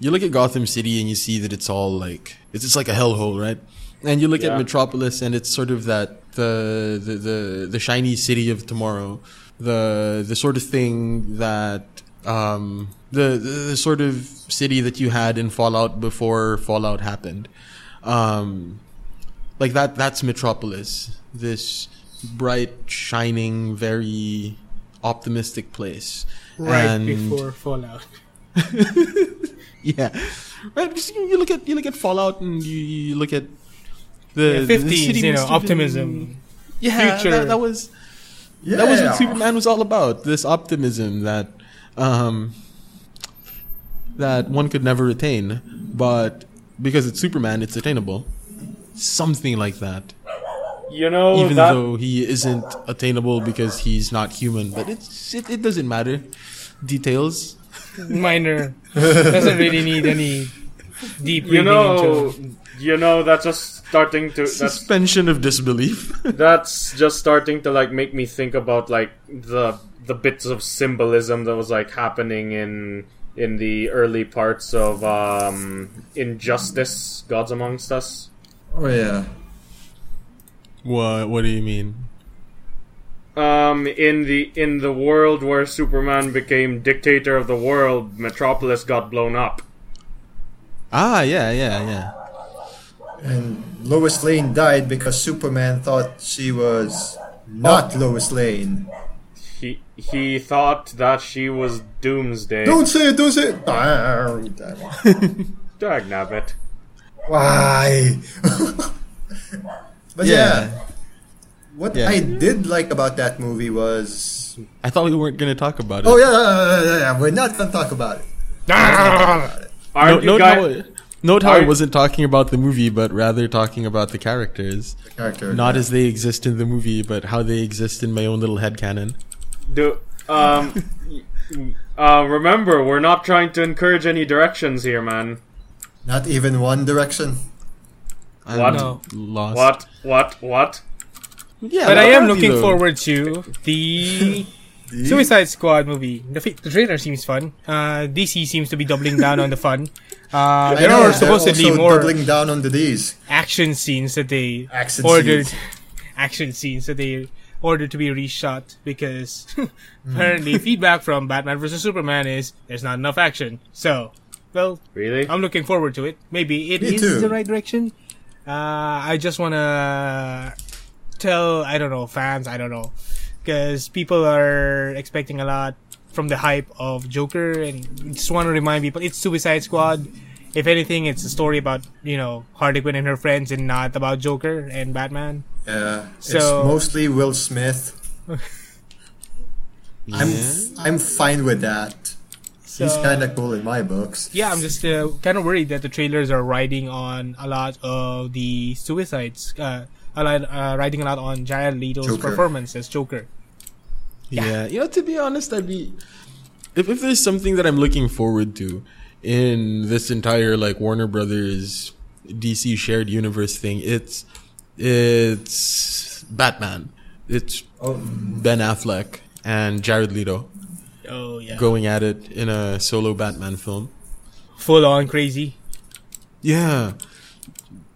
Speaker 1: You look at Gotham City and you see that it's all like it's it's like a hellhole, right? And you look at
Speaker 2: Yeah.
Speaker 1: Metropolis, and it's sort of that the, the the the shiny city of tomorrow, the the sort of thing that um, the, the the sort of city that you had in Fallout before Fallout happened, um, like that. That's Metropolis. This bright, shining, very optimistic place.
Speaker 3: Right
Speaker 1: And-
Speaker 3: before Fallout.
Speaker 1: yeah, right. Just, you you look at you look at Fallout, and you, you look at the
Speaker 3: Yeah,
Speaker 1: the
Speaker 3: 50s,
Speaker 1: city
Speaker 3: you know,
Speaker 1: must have been-
Speaker 3: optimism.
Speaker 1: Yeah,
Speaker 3: Future.
Speaker 1: That, that was
Speaker 5: Yeah.
Speaker 1: that was what Superman was all about. This optimism that um, that one could never attain, but because it's Superman, it's attainable. Something like that.
Speaker 2: You know
Speaker 1: Even
Speaker 2: that
Speaker 1: though he isn't attainable because he's not human, but it's it, it doesn't matter. Details.
Speaker 3: Minor. Doesn't really need any deep reading
Speaker 2: you know
Speaker 3: into
Speaker 2: you know that's just starting to that's
Speaker 1: Suspension of disbelief.
Speaker 2: that's just starting to like make me think about like the the bits of symbolism that was like happening in in the early parts of um injustice gods amongst us
Speaker 4: Oh, yeah.
Speaker 1: what What do you mean?
Speaker 2: um in the in the world where superman became dictator of the world metropolis got blown up
Speaker 1: Ah, yeah, yeah, yeah.
Speaker 4: And Lois Lane died because Superman thought she was not Lois Lane.
Speaker 2: he he thought that she was doomsday
Speaker 4: Don't say it, don't say it! Ah,
Speaker 2: dag nabbit
Speaker 5: Why?
Speaker 4: But yeah,
Speaker 1: Yeah.
Speaker 4: what
Speaker 1: Yeah.
Speaker 4: I did like about that movie was.
Speaker 1: I thought we weren't gonna talk about it.
Speaker 4: Oh, yeah, yeah, yeah, yeah, we're not gonna talk about it.
Speaker 1: Note,
Speaker 2: are you
Speaker 1: note, how,
Speaker 2: guys
Speaker 1: I- note how I
Speaker 2: Aren't-
Speaker 1: wasn't talking about the movie, but rather talking about the characters.
Speaker 4: Character.
Speaker 1: Not as they exist in the movie, but how they exist in my own little headcanon.
Speaker 2: do um uh remember we're not trying to encourage any directions here man
Speaker 4: Not even One Direction.
Speaker 1: I'm
Speaker 2: What?
Speaker 3: No.
Speaker 1: Lost.
Speaker 2: what what what
Speaker 1: Yeah,
Speaker 3: But I
Speaker 1: not
Speaker 3: am
Speaker 1: really,
Speaker 3: looking
Speaker 1: though.
Speaker 3: forward to the Suicide Squad movie. The, fi- the trailer seems fun. Uh, DC seems to be doubling down on the fun. Uh,
Speaker 4: I
Speaker 3: there
Speaker 4: know
Speaker 3: are
Speaker 4: they're
Speaker 3: supposedly
Speaker 4: also
Speaker 3: more
Speaker 4: doubling down on the D's.
Speaker 3: action scenes that they
Speaker 4: Action
Speaker 3: ordered.
Speaker 4: scenes.
Speaker 3: action scenes that they ordered to be reshot because
Speaker 4: Hmm.
Speaker 3: apparently feedback from Batman vs Superman is there's not enough action. So, well,
Speaker 2: really
Speaker 3: I'm looking forward to it. Maybe it is
Speaker 4: Me too.
Speaker 3: the right direction. Uh, I just want to tell, I don't know, fans, I don't know. Because people are expecting a lot from the hype of Joker, and just want to remind people it's Suicide Squad. If anything, it's a story about you know Harley Quinn and her friends, and not about Joker and Batman.
Speaker 4: Yeah,
Speaker 3: So-
Speaker 4: it's mostly Will Smith. I'm I'm fine with that.
Speaker 3: So,
Speaker 4: He's kind of cool in my books.
Speaker 3: yeah, I'm just uh, kind of worried that the trailers are riding on a lot of the suicides, uh, a lot, uh, riding a lot on Jared Leto's
Speaker 4: Joker.
Speaker 3: performance as Joker.
Speaker 1: Yeah. you know, to be honest, I'd be if if there's something that I'm looking forward to in this entire like Warner Brothers DC shared universe thing, it's it's Batman. It's
Speaker 4: Oh.
Speaker 1: Ben Affleck and Jared Leto
Speaker 3: Oh yeah,
Speaker 1: going at it in a solo Batman film.
Speaker 3: full on crazy.
Speaker 1: Yeah,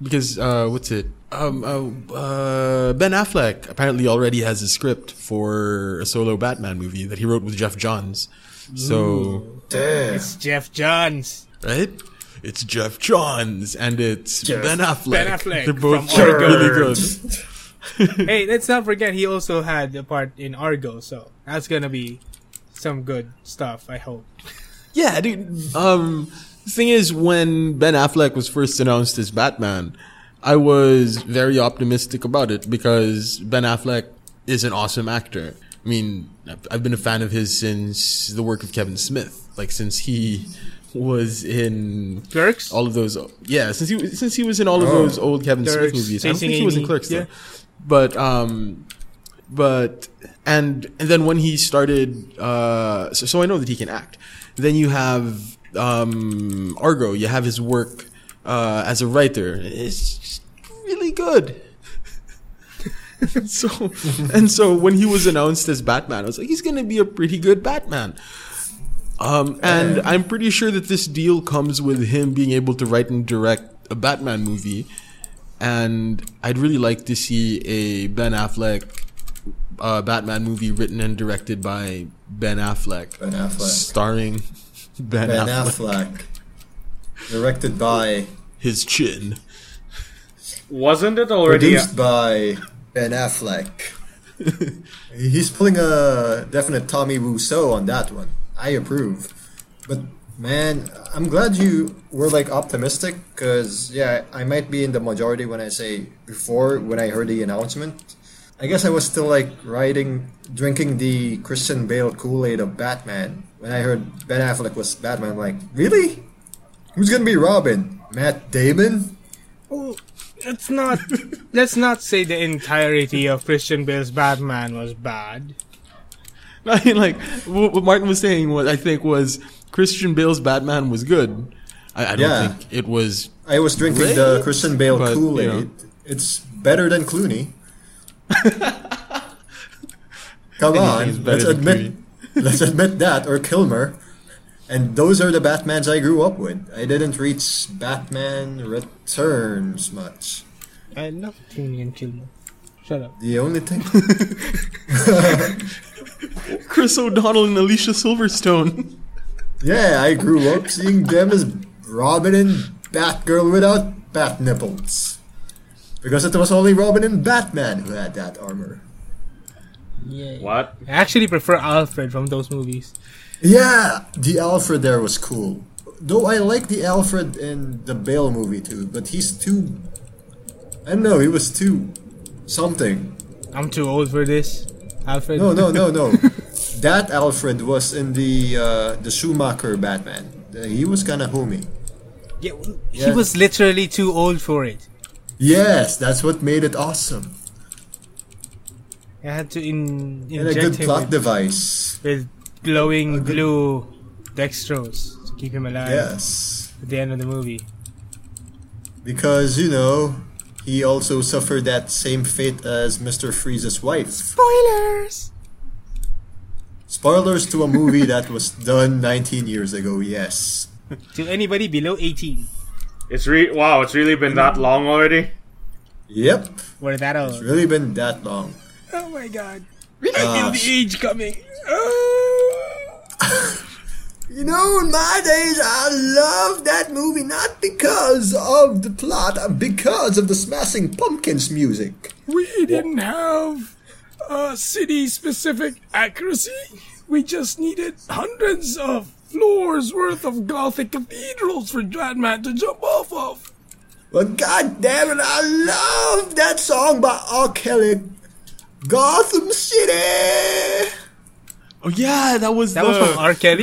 Speaker 1: because uh, what's it? Um, uh, uh, ben Affleck apparently already has a script for a solo Batman movie that he wrote with Jeff Johns. So
Speaker 5: Damn.
Speaker 3: It's Jeff Johns.
Speaker 1: right? It's Jeff Johns and it's Ben Affleck.
Speaker 3: Ben Affleck
Speaker 1: They're both
Speaker 3: from Argo.
Speaker 1: really good.
Speaker 3: hey, let's not forget he also had a part in Argo, so that's gonna be some good stuff. I hope.
Speaker 1: Yeah, dude. Um, thing is, when Ben Affleck was first announced as Batman, I was very optimistic about it because Ben Affleck is an awesome actor. I mean, I've- I've been a fan of his since the work of Kevin Smith, like since he was in
Speaker 3: Clerks.
Speaker 1: all of those. Yeah, since he was- since he was in all of those old Kevin Smith
Speaker 3: Clerks,
Speaker 1: movies. I don't
Speaker 3: Chasing
Speaker 1: think he was in
Speaker 3: Amy,
Speaker 1: Clerks though.
Speaker 3: yeah.
Speaker 1: But um, but and and then when he started, uh, so, so I know that he can act. Then you have um Argo. You have his work uh, as a writer. It's just really good. so and so when he was announced as Batman, I was like, he's gonna be a pretty good Batman. Um, and I'm pretty sure that this deal comes with him being able to write and direct a Batman movie. And I'd really like to see a Ben Affleck uh, Batman movie written and directed by Ben Affleck,
Speaker 4: Ben Affleck.
Speaker 1: starring Ben,
Speaker 4: Ben
Speaker 1: Affleck.
Speaker 4: Affleck. Directed by,
Speaker 1: His chin.
Speaker 2: Wasn't it already?
Speaker 4: produced by Ben Affleck. He's pulling a definite Tommy Wiseau on that one. I approve. But man, I'm glad you were like optimistic because yeah, I might be in the majority when I say before when I heard the announcement. I guess I was still like riding, drinking the Christian Bale Kool Aid of Batman when I heard Ben Affleck was Batman. I'm like, really? Who's gonna be Robin? Matt Damon?
Speaker 3: Oh, let's not let's not say the entirety of Christian Bale's Batman was bad.
Speaker 1: I mean, like wh- what Martin was saying, what I think was Christian Bale's Batman was good. I, I don't
Speaker 4: Yeah.
Speaker 1: think it was
Speaker 4: I was drinking
Speaker 1: Really?
Speaker 4: the Christian Bale
Speaker 1: But, you
Speaker 4: Kool Aid.
Speaker 1: know.
Speaker 4: It's better than Clooney. Come
Speaker 1: Anything's
Speaker 4: on,
Speaker 1: better
Speaker 4: let's
Speaker 1: than
Speaker 4: admit, let's admit that or Kilmer. And those are the Batmans I grew up with. I didn't reach Batman Returns much.
Speaker 3: I love Clooney and Kilmer. Shut up.
Speaker 4: The only thing,
Speaker 1: Chris O'Donnell and Alicia Silverstone.
Speaker 4: yeah, I grew up seeing them as Robin and Batgirl without bat nipples, because it was only Robin and Batman who had that armor.
Speaker 3: Yeah.
Speaker 2: a, what?
Speaker 3: I actually prefer Alfred from those movies.
Speaker 4: Yeah, the Alfred there was cool. Though I like the Alfred in the Bale movie too, but he's too. I don't know, he was too. something.
Speaker 3: I'm too old for this. Alfred.
Speaker 4: No, no, no, no. that Alfred was in the uh, the Schumacher Batman. Uh, He was kind of homey.
Speaker 3: Yeah, w- He
Speaker 4: Yeah.
Speaker 3: was literally too old for it.
Speaker 4: Yes, that's what made it awesome.
Speaker 3: I had to in,
Speaker 4: And a
Speaker 3: inject
Speaker 4: good
Speaker 3: him
Speaker 4: plot
Speaker 3: with,
Speaker 4: device.
Speaker 3: with glowing
Speaker 4: good-
Speaker 3: blue dextrose to keep him alive
Speaker 4: Yes.
Speaker 3: at the end of the movie.
Speaker 4: Because, you know, he also suffered that same fate as Mr. Freeze's wife.
Speaker 3: Spoilers.
Speaker 4: Spoilers to a movie that was done 19 years ago, yes.
Speaker 3: To anybody below 18,
Speaker 2: It's re. Wow, it's really been that long already.
Speaker 4: Yep,
Speaker 3: we're that old.
Speaker 4: it's really been that long.
Speaker 3: Oh my god. Really feel
Speaker 4: Ah,
Speaker 3: the
Speaker 4: sh-
Speaker 3: age coming. Oh.
Speaker 4: You know, in my days, I love that movie not because of the plot, uh, because of the Smashing Pumpkins music.
Speaker 3: We didn't have
Speaker 6: uh, city specific accuracy. We just needed hundreds of floors worth of Gothic cathedrals for Dreadman to jump off of.
Speaker 5: Well, god damn it, I love that song by R. Kelly. Gotham City!
Speaker 1: Oh yeah, that was
Speaker 3: That
Speaker 1: the,
Speaker 3: was from R. Kelly.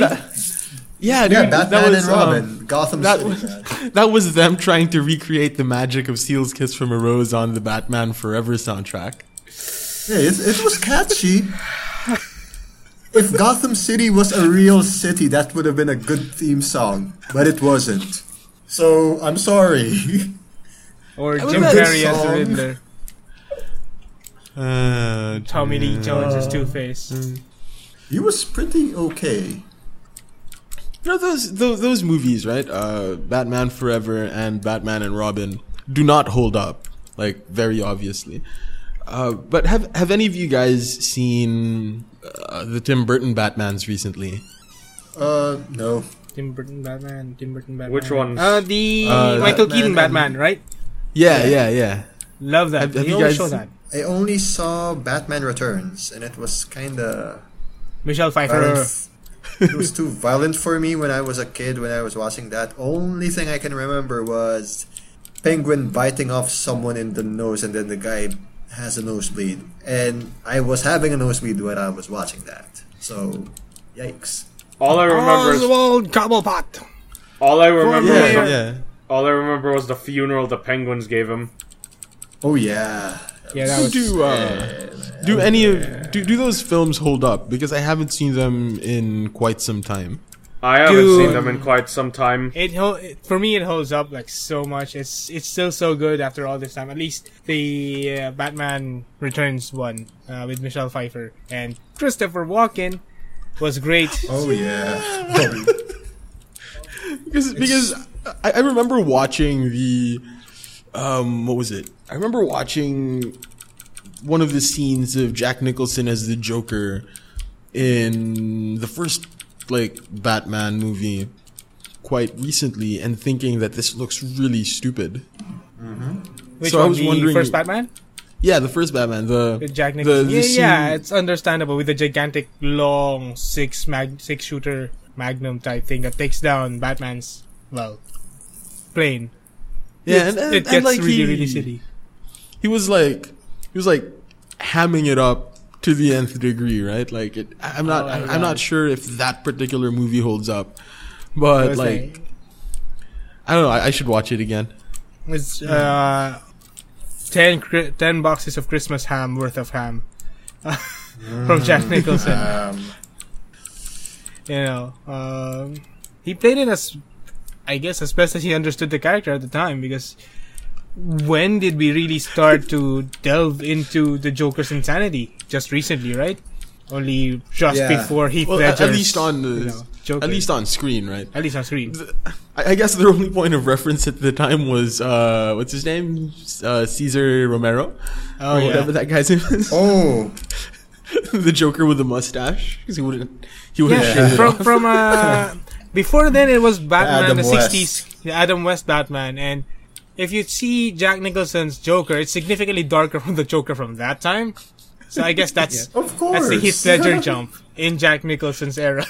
Speaker 1: yeah, dude,
Speaker 4: Yeah, Batman
Speaker 1: that was,
Speaker 4: and Robin.
Speaker 1: um,
Speaker 4: Gotham
Speaker 1: that
Speaker 4: City.
Speaker 1: was, that was them trying to recreate the magic of Seal's Kiss from a Rose on the Batman Forever soundtrack.
Speaker 4: Yeah, it, it was catchy. if Gotham City was a real city, that would have been a good theme song, but it wasn't. So I'm sorry.
Speaker 3: Or
Speaker 1: was
Speaker 3: Jim
Speaker 1: that
Speaker 3: Carrey as the
Speaker 4: song?
Speaker 3: Riddler.
Speaker 1: Uh,
Speaker 3: Tommy Lee Jones as Two Face.
Speaker 4: he was pretty okay.
Speaker 1: You know those those, those movies, right? Uh, Batman Forever and Batman and Robin do not hold up, like very obviously. Uh, but have have any of you guys seen uh, the Tim Burton Batmans recently?
Speaker 4: Uh, no.
Speaker 3: Tim Burton Batman. Tim Burton Batman.
Speaker 2: Which ones?
Speaker 3: Uh, the
Speaker 1: Uh,
Speaker 3: Michael
Speaker 4: Batman
Speaker 3: Keaton
Speaker 4: and-
Speaker 3: Batman, right?
Speaker 1: Yeah, yeah, yeah.
Speaker 3: Love that.
Speaker 1: Have- have
Speaker 3: They
Speaker 1: you
Speaker 3: always
Speaker 1: guys-
Speaker 3: show that.
Speaker 4: I only saw Batman Returns, and it was kinda.
Speaker 3: Michelle
Speaker 4: violent
Speaker 1: Uh,
Speaker 3: Pfeiffer.
Speaker 4: f- Uh, it was too violent for me when I was a kid when I was watching that. Only thing I can remember was Penguin biting off someone in the nose and then the guy has a nosebleed. And I was having a nosebleed when I was watching that. So yikes.
Speaker 2: All
Speaker 1: Ah,
Speaker 2: I remember, is,
Speaker 6: Oswald Cobblepot.
Speaker 2: all I remember,
Speaker 1: Yeah,
Speaker 2: was
Speaker 1: yeah.
Speaker 2: the, all I remember was the funeral the penguins gave him.
Speaker 4: Oh yeah.
Speaker 3: Yeah, that was.
Speaker 1: Do uh, do any of do, do those films hold up? Because I haven't seen them in quite some time.
Speaker 2: I haven't seen
Speaker 3: Dude.
Speaker 2: them in quite some time.
Speaker 3: It, hol- it for me it holds up like so much. It's it's still so good after all this time. At least the uh, Batman Returns one uh, with Michelle Pfeiffer and Christopher Walken was great.
Speaker 4: Oh yeah.
Speaker 1: because because I, I remember watching the um what was it? I remember watching one of the scenes of Jack Nicholson as the Joker in the first like Batman movie quite recently and thinking that this looks really stupid.
Speaker 3: Which
Speaker 1: so I
Speaker 3: one?
Speaker 1: was
Speaker 3: the
Speaker 1: wondering-
Speaker 3: first Batman
Speaker 1: Yeah, the first Batman, the
Speaker 3: with Jack
Speaker 1: the-
Speaker 3: Nicholson.
Speaker 1: the
Speaker 3: yeah, yeah,
Speaker 1: scene-
Speaker 3: it's understandable with the gigantic long six mag six shooter Magnum type thing that takes down Batman's well plane.
Speaker 1: yeah,
Speaker 3: It's-
Speaker 1: and, and-
Speaker 3: it
Speaker 1: and,
Speaker 3: gets
Speaker 1: like
Speaker 3: really
Speaker 1: he,
Speaker 3: really silly.
Speaker 1: he was like he was like hamming it up to the nth degree, right? Like it, I- I'm not
Speaker 3: Oh,
Speaker 1: I-
Speaker 3: my
Speaker 1: I'm
Speaker 3: God.
Speaker 1: not sure if that particular movie holds up, but
Speaker 3: was
Speaker 1: like I don't know. I, I should watch it again.
Speaker 3: It's
Speaker 1: Mm.
Speaker 3: uh, 10, cri- 10 boxes of Christmas ham worth of ham from
Speaker 1: Mm.
Speaker 3: Jack Nicholson.
Speaker 4: Um,
Speaker 3: You know, um, he played it as, I guess, as best as he understood the character at the time because when did we really start to delve into the Joker's insanity? Just recently, right? Only just
Speaker 4: Yeah.
Speaker 3: before Heath
Speaker 1: Well, at,
Speaker 3: Ledger's,
Speaker 1: at least on the,
Speaker 3: you know, Joker.
Speaker 1: at least on screen, right?
Speaker 3: at least on screen.
Speaker 1: I, I guess their only point of reference at the time was uh, what's his name, uh, Caesar Romero,
Speaker 3: Oh
Speaker 1: or
Speaker 3: yeah.
Speaker 1: whatever that guy's name is.
Speaker 4: oh,
Speaker 1: the Joker with the mustache, because he wouldn't he wouldn't
Speaker 3: Yeah,
Speaker 1: shave it
Speaker 3: from from uh, before then it was Batman
Speaker 4: Adam
Speaker 3: the
Speaker 4: West.
Speaker 3: sixties, the Adam West Batman, and if you see Jack Nicholson's Joker, it's significantly darker from the Joker from that time. So I guess that's
Speaker 4: of
Speaker 3: that's
Speaker 4: course.
Speaker 3: the Heath Ledger jump in Jack Nicholson's era.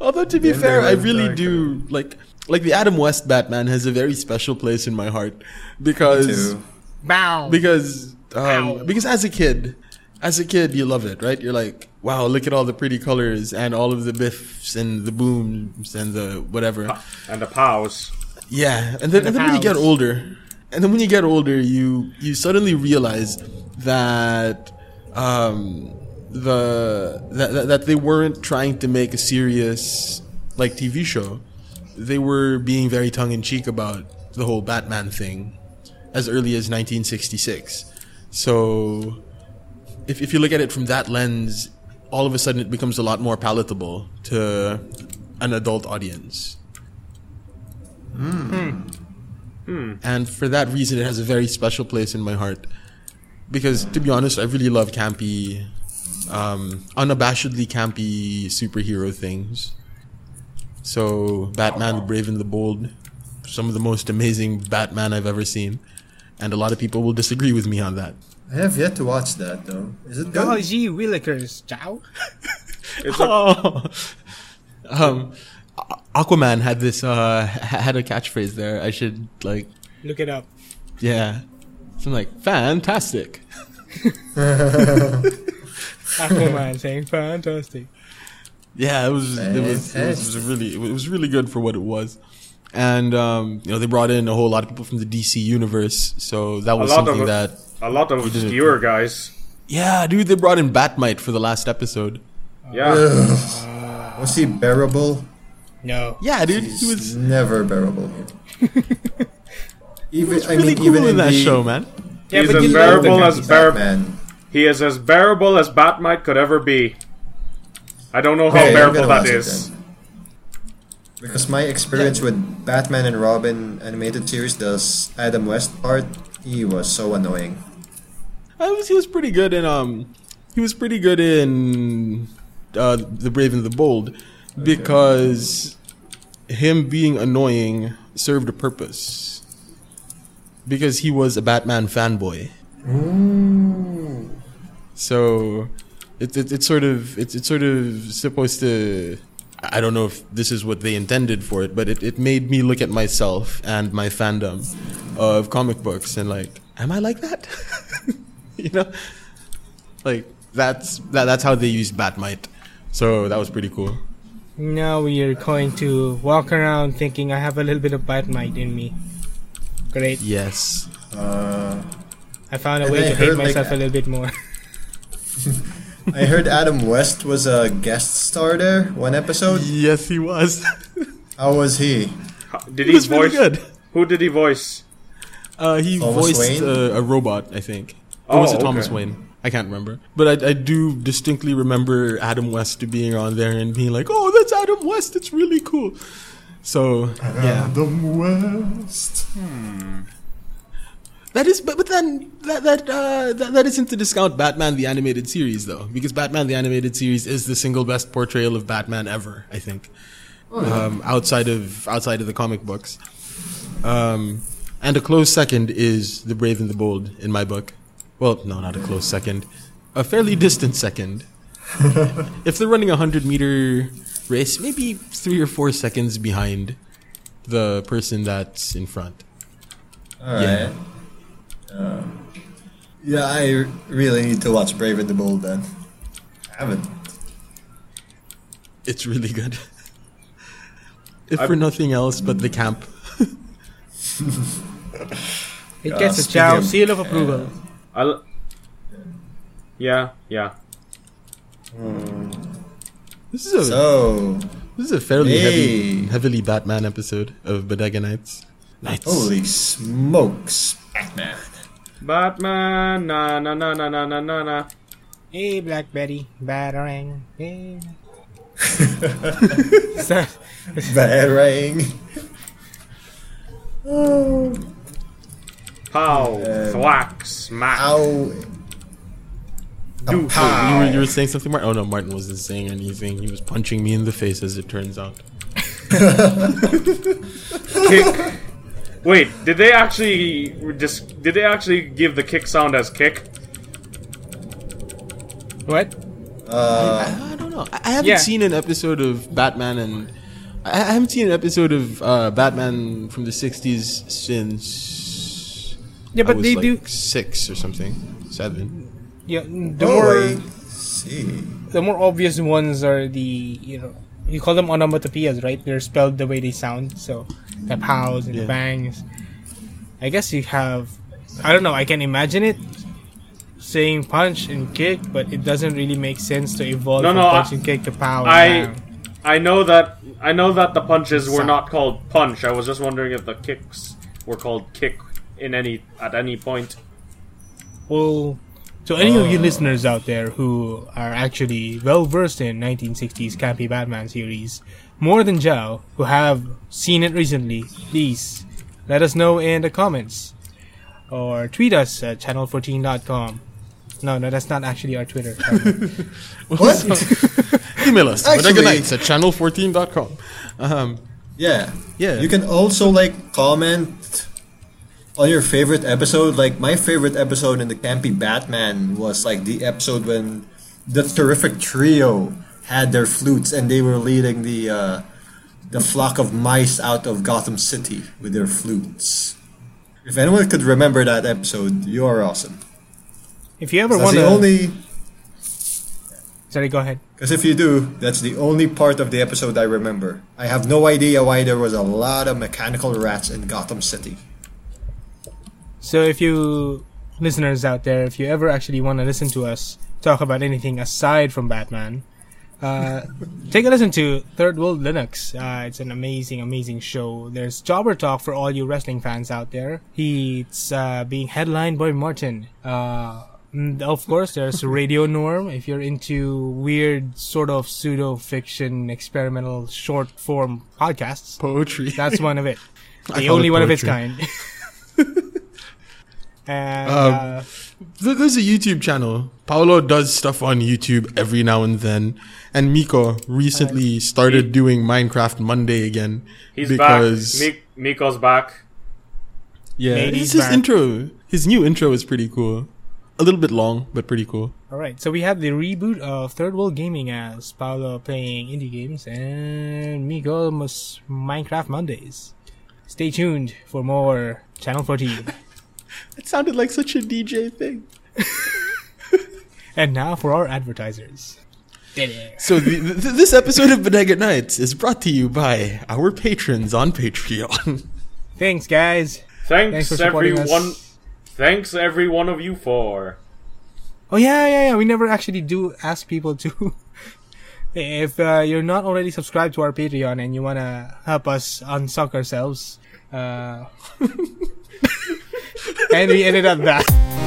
Speaker 1: Although to be
Speaker 4: they
Speaker 1: fair, I
Speaker 4: went
Speaker 1: really
Speaker 4: darker.
Speaker 1: do like like the Adam West Batman has a very special place in my heart because
Speaker 4: Too.
Speaker 3: Bow.
Speaker 1: because
Speaker 3: Ow.
Speaker 1: um, because as a kid, as a kid you love it, right? You're like, wow, look at all the pretty colors and all of the biffs and the booms and the whatever.
Speaker 2: And the pows.
Speaker 1: Yeah, and then,
Speaker 3: the
Speaker 1: and then when you get
Speaker 3: pals.
Speaker 1: older, and then when you get older, you you suddenly realize that um, the that, that- that they weren't trying to make a serious like TV show. They were being very tongue in cheek about the whole Batman thing as early as 1966. So, if if you look at it from that lens, all of a sudden it becomes a lot more palatable to an adult audience. and for that reason, it has a very special place in my heart. Because to be honest, I really love campy, um, unabashedly campy superhero things. So Batman, the Brave and the Bold, some of the most amazing Batman I've ever seen, and a lot of people will disagree with me on that.
Speaker 4: I have yet to watch that though. Is it good?
Speaker 3: Oh, gee, Willikers. Ciao.
Speaker 2: It's a,
Speaker 1: Oh. Um, A- Aquaman had this uh h- had a catchphrase there. I should like
Speaker 3: Look it up.
Speaker 1: yeah. So I'm like fantastic.
Speaker 3: Aquaman saying fantastic.
Speaker 1: Yeah, it was it was, it was really it was really good for what it was. And um, you know they brought in a whole lot of people from the DC universe, so that was
Speaker 2: lot of
Speaker 1: something
Speaker 2: it-
Speaker 1: that
Speaker 2: a lot of
Speaker 1: did it.
Speaker 2: obscure guys.
Speaker 1: yeah, dude, they brought in Batmite for the last episode.
Speaker 2: Yeah,
Speaker 4: Was he bearable?
Speaker 3: No.
Speaker 1: Yeah, dude, he
Speaker 4: He's
Speaker 1: was,
Speaker 4: never bearable. even
Speaker 1: he was really cool in that show, man.
Speaker 3: Yeah,
Speaker 2: he's
Speaker 3: but
Speaker 2: as
Speaker 3: you love the
Speaker 2: bearable
Speaker 3: guy.
Speaker 2: as bearable.
Speaker 4: man.
Speaker 2: He is as bearable as Batmite could ever be. I don't know how
Speaker 4: Okay, I'm
Speaker 2: bearable
Speaker 4: gonna
Speaker 2: that
Speaker 4: watch it
Speaker 2: is.
Speaker 4: then. Because my experience with Batman and Robin animated series, the s- Adam West part, he was so annoying.
Speaker 1: I was, he was pretty good in um he was pretty good in uh, the Brave and the Bold because him being annoying served a purpose because he was a Batman fanboy. So it, it, it's sort of it's it's sort of supposed to. I I don't know if this is what they intended for it, but it, it made me look at myself and my fandom of comic books and like, am I like that? you know, like that's that, that's how they used Batmite. So that was pretty cool.
Speaker 3: Now we are going to walk around thinking I have a little bit of Batmite in me. Great.
Speaker 1: Yes.
Speaker 4: Uh,
Speaker 3: I found a
Speaker 4: And
Speaker 3: way
Speaker 4: I
Speaker 3: to hate
Speaker 4: heard, like,
Speaker 3: myself a little bit more.
Speaker 4: I heard Adam West was a guest star there one episode.
Speaker 1: Yes, he was.
Speaker 4: How was he?
Speaker 2: Did
Speaker 1: he
Speaker 2: he
Speaker 1: was really
Speaker 2: voice?
Speaker 1: good.
Speaker 2: Who did he voice?
Speaker 1: Uh, he
Speaker 4: Thomas
Speaker 1: voiced
Speaker 4: Wayne?
Speaker 1: uh, a robot, I think. Or
Speaker 2: Oh,
Speaker 1: was it Thomas
Speaker 2: okay.
Speaker 1: Wayne? I can't remember. But I, I do distinctly remember Adam West being on there and being like, oh, that's Adam West. It's really cool. So, yeah.
Speaker 4: Adam West.
Speaker 1: That is, but, but then that that, uh, that that isn't to discount Batman the animated series though, because Batman the animated series is the single best portrayal of Batman ever, I think, um, outside of outside of the comic books, um, and a close second is The Brave and the Bold in my book. Well, no, not a close second, a fairly distant second. if they're running a hundred meter race, maybe three or four seconds behind the person that's in front.
Speaker 4: Alright. Yeah. Um, yeah, I r- really need to watch Brave and the Bold then. I haven't.
Speaker 1: It's really good. if for nothing else but the camp.
Speaker 3: It
Speaker 4: Uh,
Speaker 3: gets a
Speaker 4: speaking
Speaker 3: chow
Speaker 4: of-
Speaker 3: seal of approval.
Speaker 2: I l- yeah, yeah.
Speaker 1: This is a
Speaker 4: So,
Speaker 1: this is a fairly
Speaker 4: Hey.
Speaker 1: heavy, heavily Batman episode of Bodega Nights. Nights.
Speaker 4: holy smokes.
Speaker 2: Batman, na na na na na na na na.
Speaker 3: Hey, Blackberry, Batarang. Hey. so,
Speaker 4: Batarang. Oh.
Speaker 2: Pow,
Speaker 1: Um,
Speaker 2: thwack, smack.
Speaker 4: Ow.
Speaker 2: Do-
Speaker 1: You were,
Speaker 4: Kapow.
Speaker 1: you were saying something, Martin? Oh no, Martin wasn't saying anything. He was punching me in the face, as it turns out.
Speaker 2: kick. Wait, did they actually just did they actually give the kick sound as kick?
Speaker 3: what?
Speaker 4: Uh,
Speaker 1: I, I don't know. I, I haven't
Speaker 3: Yeah.
Speaker 1: seen an episode of Batman and I, I haven't seen an episode of uh, Batman from the '60s since.
Speaker 3: Yeah,
Speaker 1: I
Speaker 3: but
Speaker 1: was,
Speaker 3: they
Speaker 1: like,
Speaker 3: do.
Speaker 1: six or something, seven.
Speaker 3: Yeah, the
Speaker 4: Oh,
Speaker 3: more
Speaker 4: I see.
Speaker 3: the more obvious ones are the you know you call them onomatopoeias, right? They're spelled the way they sound. So the pows and the
Speaker 1: Yeah.
Speaker 3: bangs. I guess you have. I don't know. I can imagine it saying punch and kick, but it doesn't really make sense to evolve
Speaker 2: No,
Speaker 3: from
Speaker 2: no, I-
Speaker 3: punch and kick to pow. And
Speaker 2: I
Speaker 3: bang.
Speaker 2: I know that I know that the punches were not called punch. I was just wondering if the kicks were called kick in any at any point.
Speaker 3: Well, to any of you
Speaker 4: Uh.
Speaker 3: listeners out there who are actually well versed in 1960s campy Batman series, more than Zhao, who have seen it recently, please let us know in the comments or tweet us at channel14.com. No, no, that's not actually our Twitter.
Speaker 4: What?
Speaker 1: Email us
Speaker 4: Actually-
Speaker 1: Bodega Nights at channel14.com. Um,
Speaker 4: yeah.
Speaker 1: Yeah.
Speaker 4: You can also like comment on your favorite episode, like my favorite episode in the campy Batman was like the episode when the terrific trio had their flutes and they were leading the uh, the flock of mice out of Gotham City with their flutes. If anyone could remember that episode, you are awesome.
Speaker 3: If you ever want
Speaker 4: That's the
Speaker 3: to,
Speaker 4: only
Speaker 3: sorry, go ahead.
Speaker 4: because if you do, that's the only part of the episode I remember. I have no idea why there was a lot of mechanical rats in Gotham City.
Speaker 3: So if you listeners out there, if you ever actually want to listen to us talk about anything aside from Batman, uh, take a listen to Third World Linux. Uh, it's an amazing, amazing show. There's Jobber Talk for all you wrestling fans out there. He's uh, being headlined by Martin. Uh, and of course, there's Radio Norm if you're into weird sort of pseudo fiction, experimental, short form podcasts.
Speaker 1: Poetry.
Speaker 3: That's one of it.
Speaker 1: I
Speaker 3: The
Speaker 1: call
Speaker 3: only
Speaker 1: it
Speaker 3: one of its
Speaker 1: poetry.
Speaker 3: kind. and
Speaker 1: Um,
Speaker 3: uh,
Speaker 1: Th- There's a YouTube channel. Paolo does stuff on YouTube every now and then, and Miko recently started doing Minecraft Monday again
Speaker 2: He's
Speaker 1: because
Speaker 2: back. Mik- Miko's back.
Speaker 1: yeah,
Speaker 3: Nate
Speaker 1: it's
Speaker 3: is
Speaker 1: his
Speaker 3: back.
Speaker 1: intro. His new intro is pretty cool. A little bit long, but pretty cool.
Speaker 3: all right, so we have the reboot of Third World Gaming as Paolo playing indie games and Miko Mus- Minecraft Mondays. Stay tuned for more Channel 14.
Speaker 1: It sounded like such a DJ thing.
Speaker 3: and now for our advertisers. Dead
Speaker 1: So the, th- this episode of Bodega Nights is brought to you by our patrons on Patreon.
Speaker 3: air. Thanks, guys. Thanks
Speaker 2: Thanks,
Speaker 3: for supporting
Speaker 2: everyone.
Speaker 3: us.
Speaker 2: Thanks every one of you for.
Speaker 3: Oh yeah, yeah, yeah. We never actually do ask people to. if uh, you're not already subscribed to our Patreon and you wanna help us unsuck ourselves, uh, and we ended up that.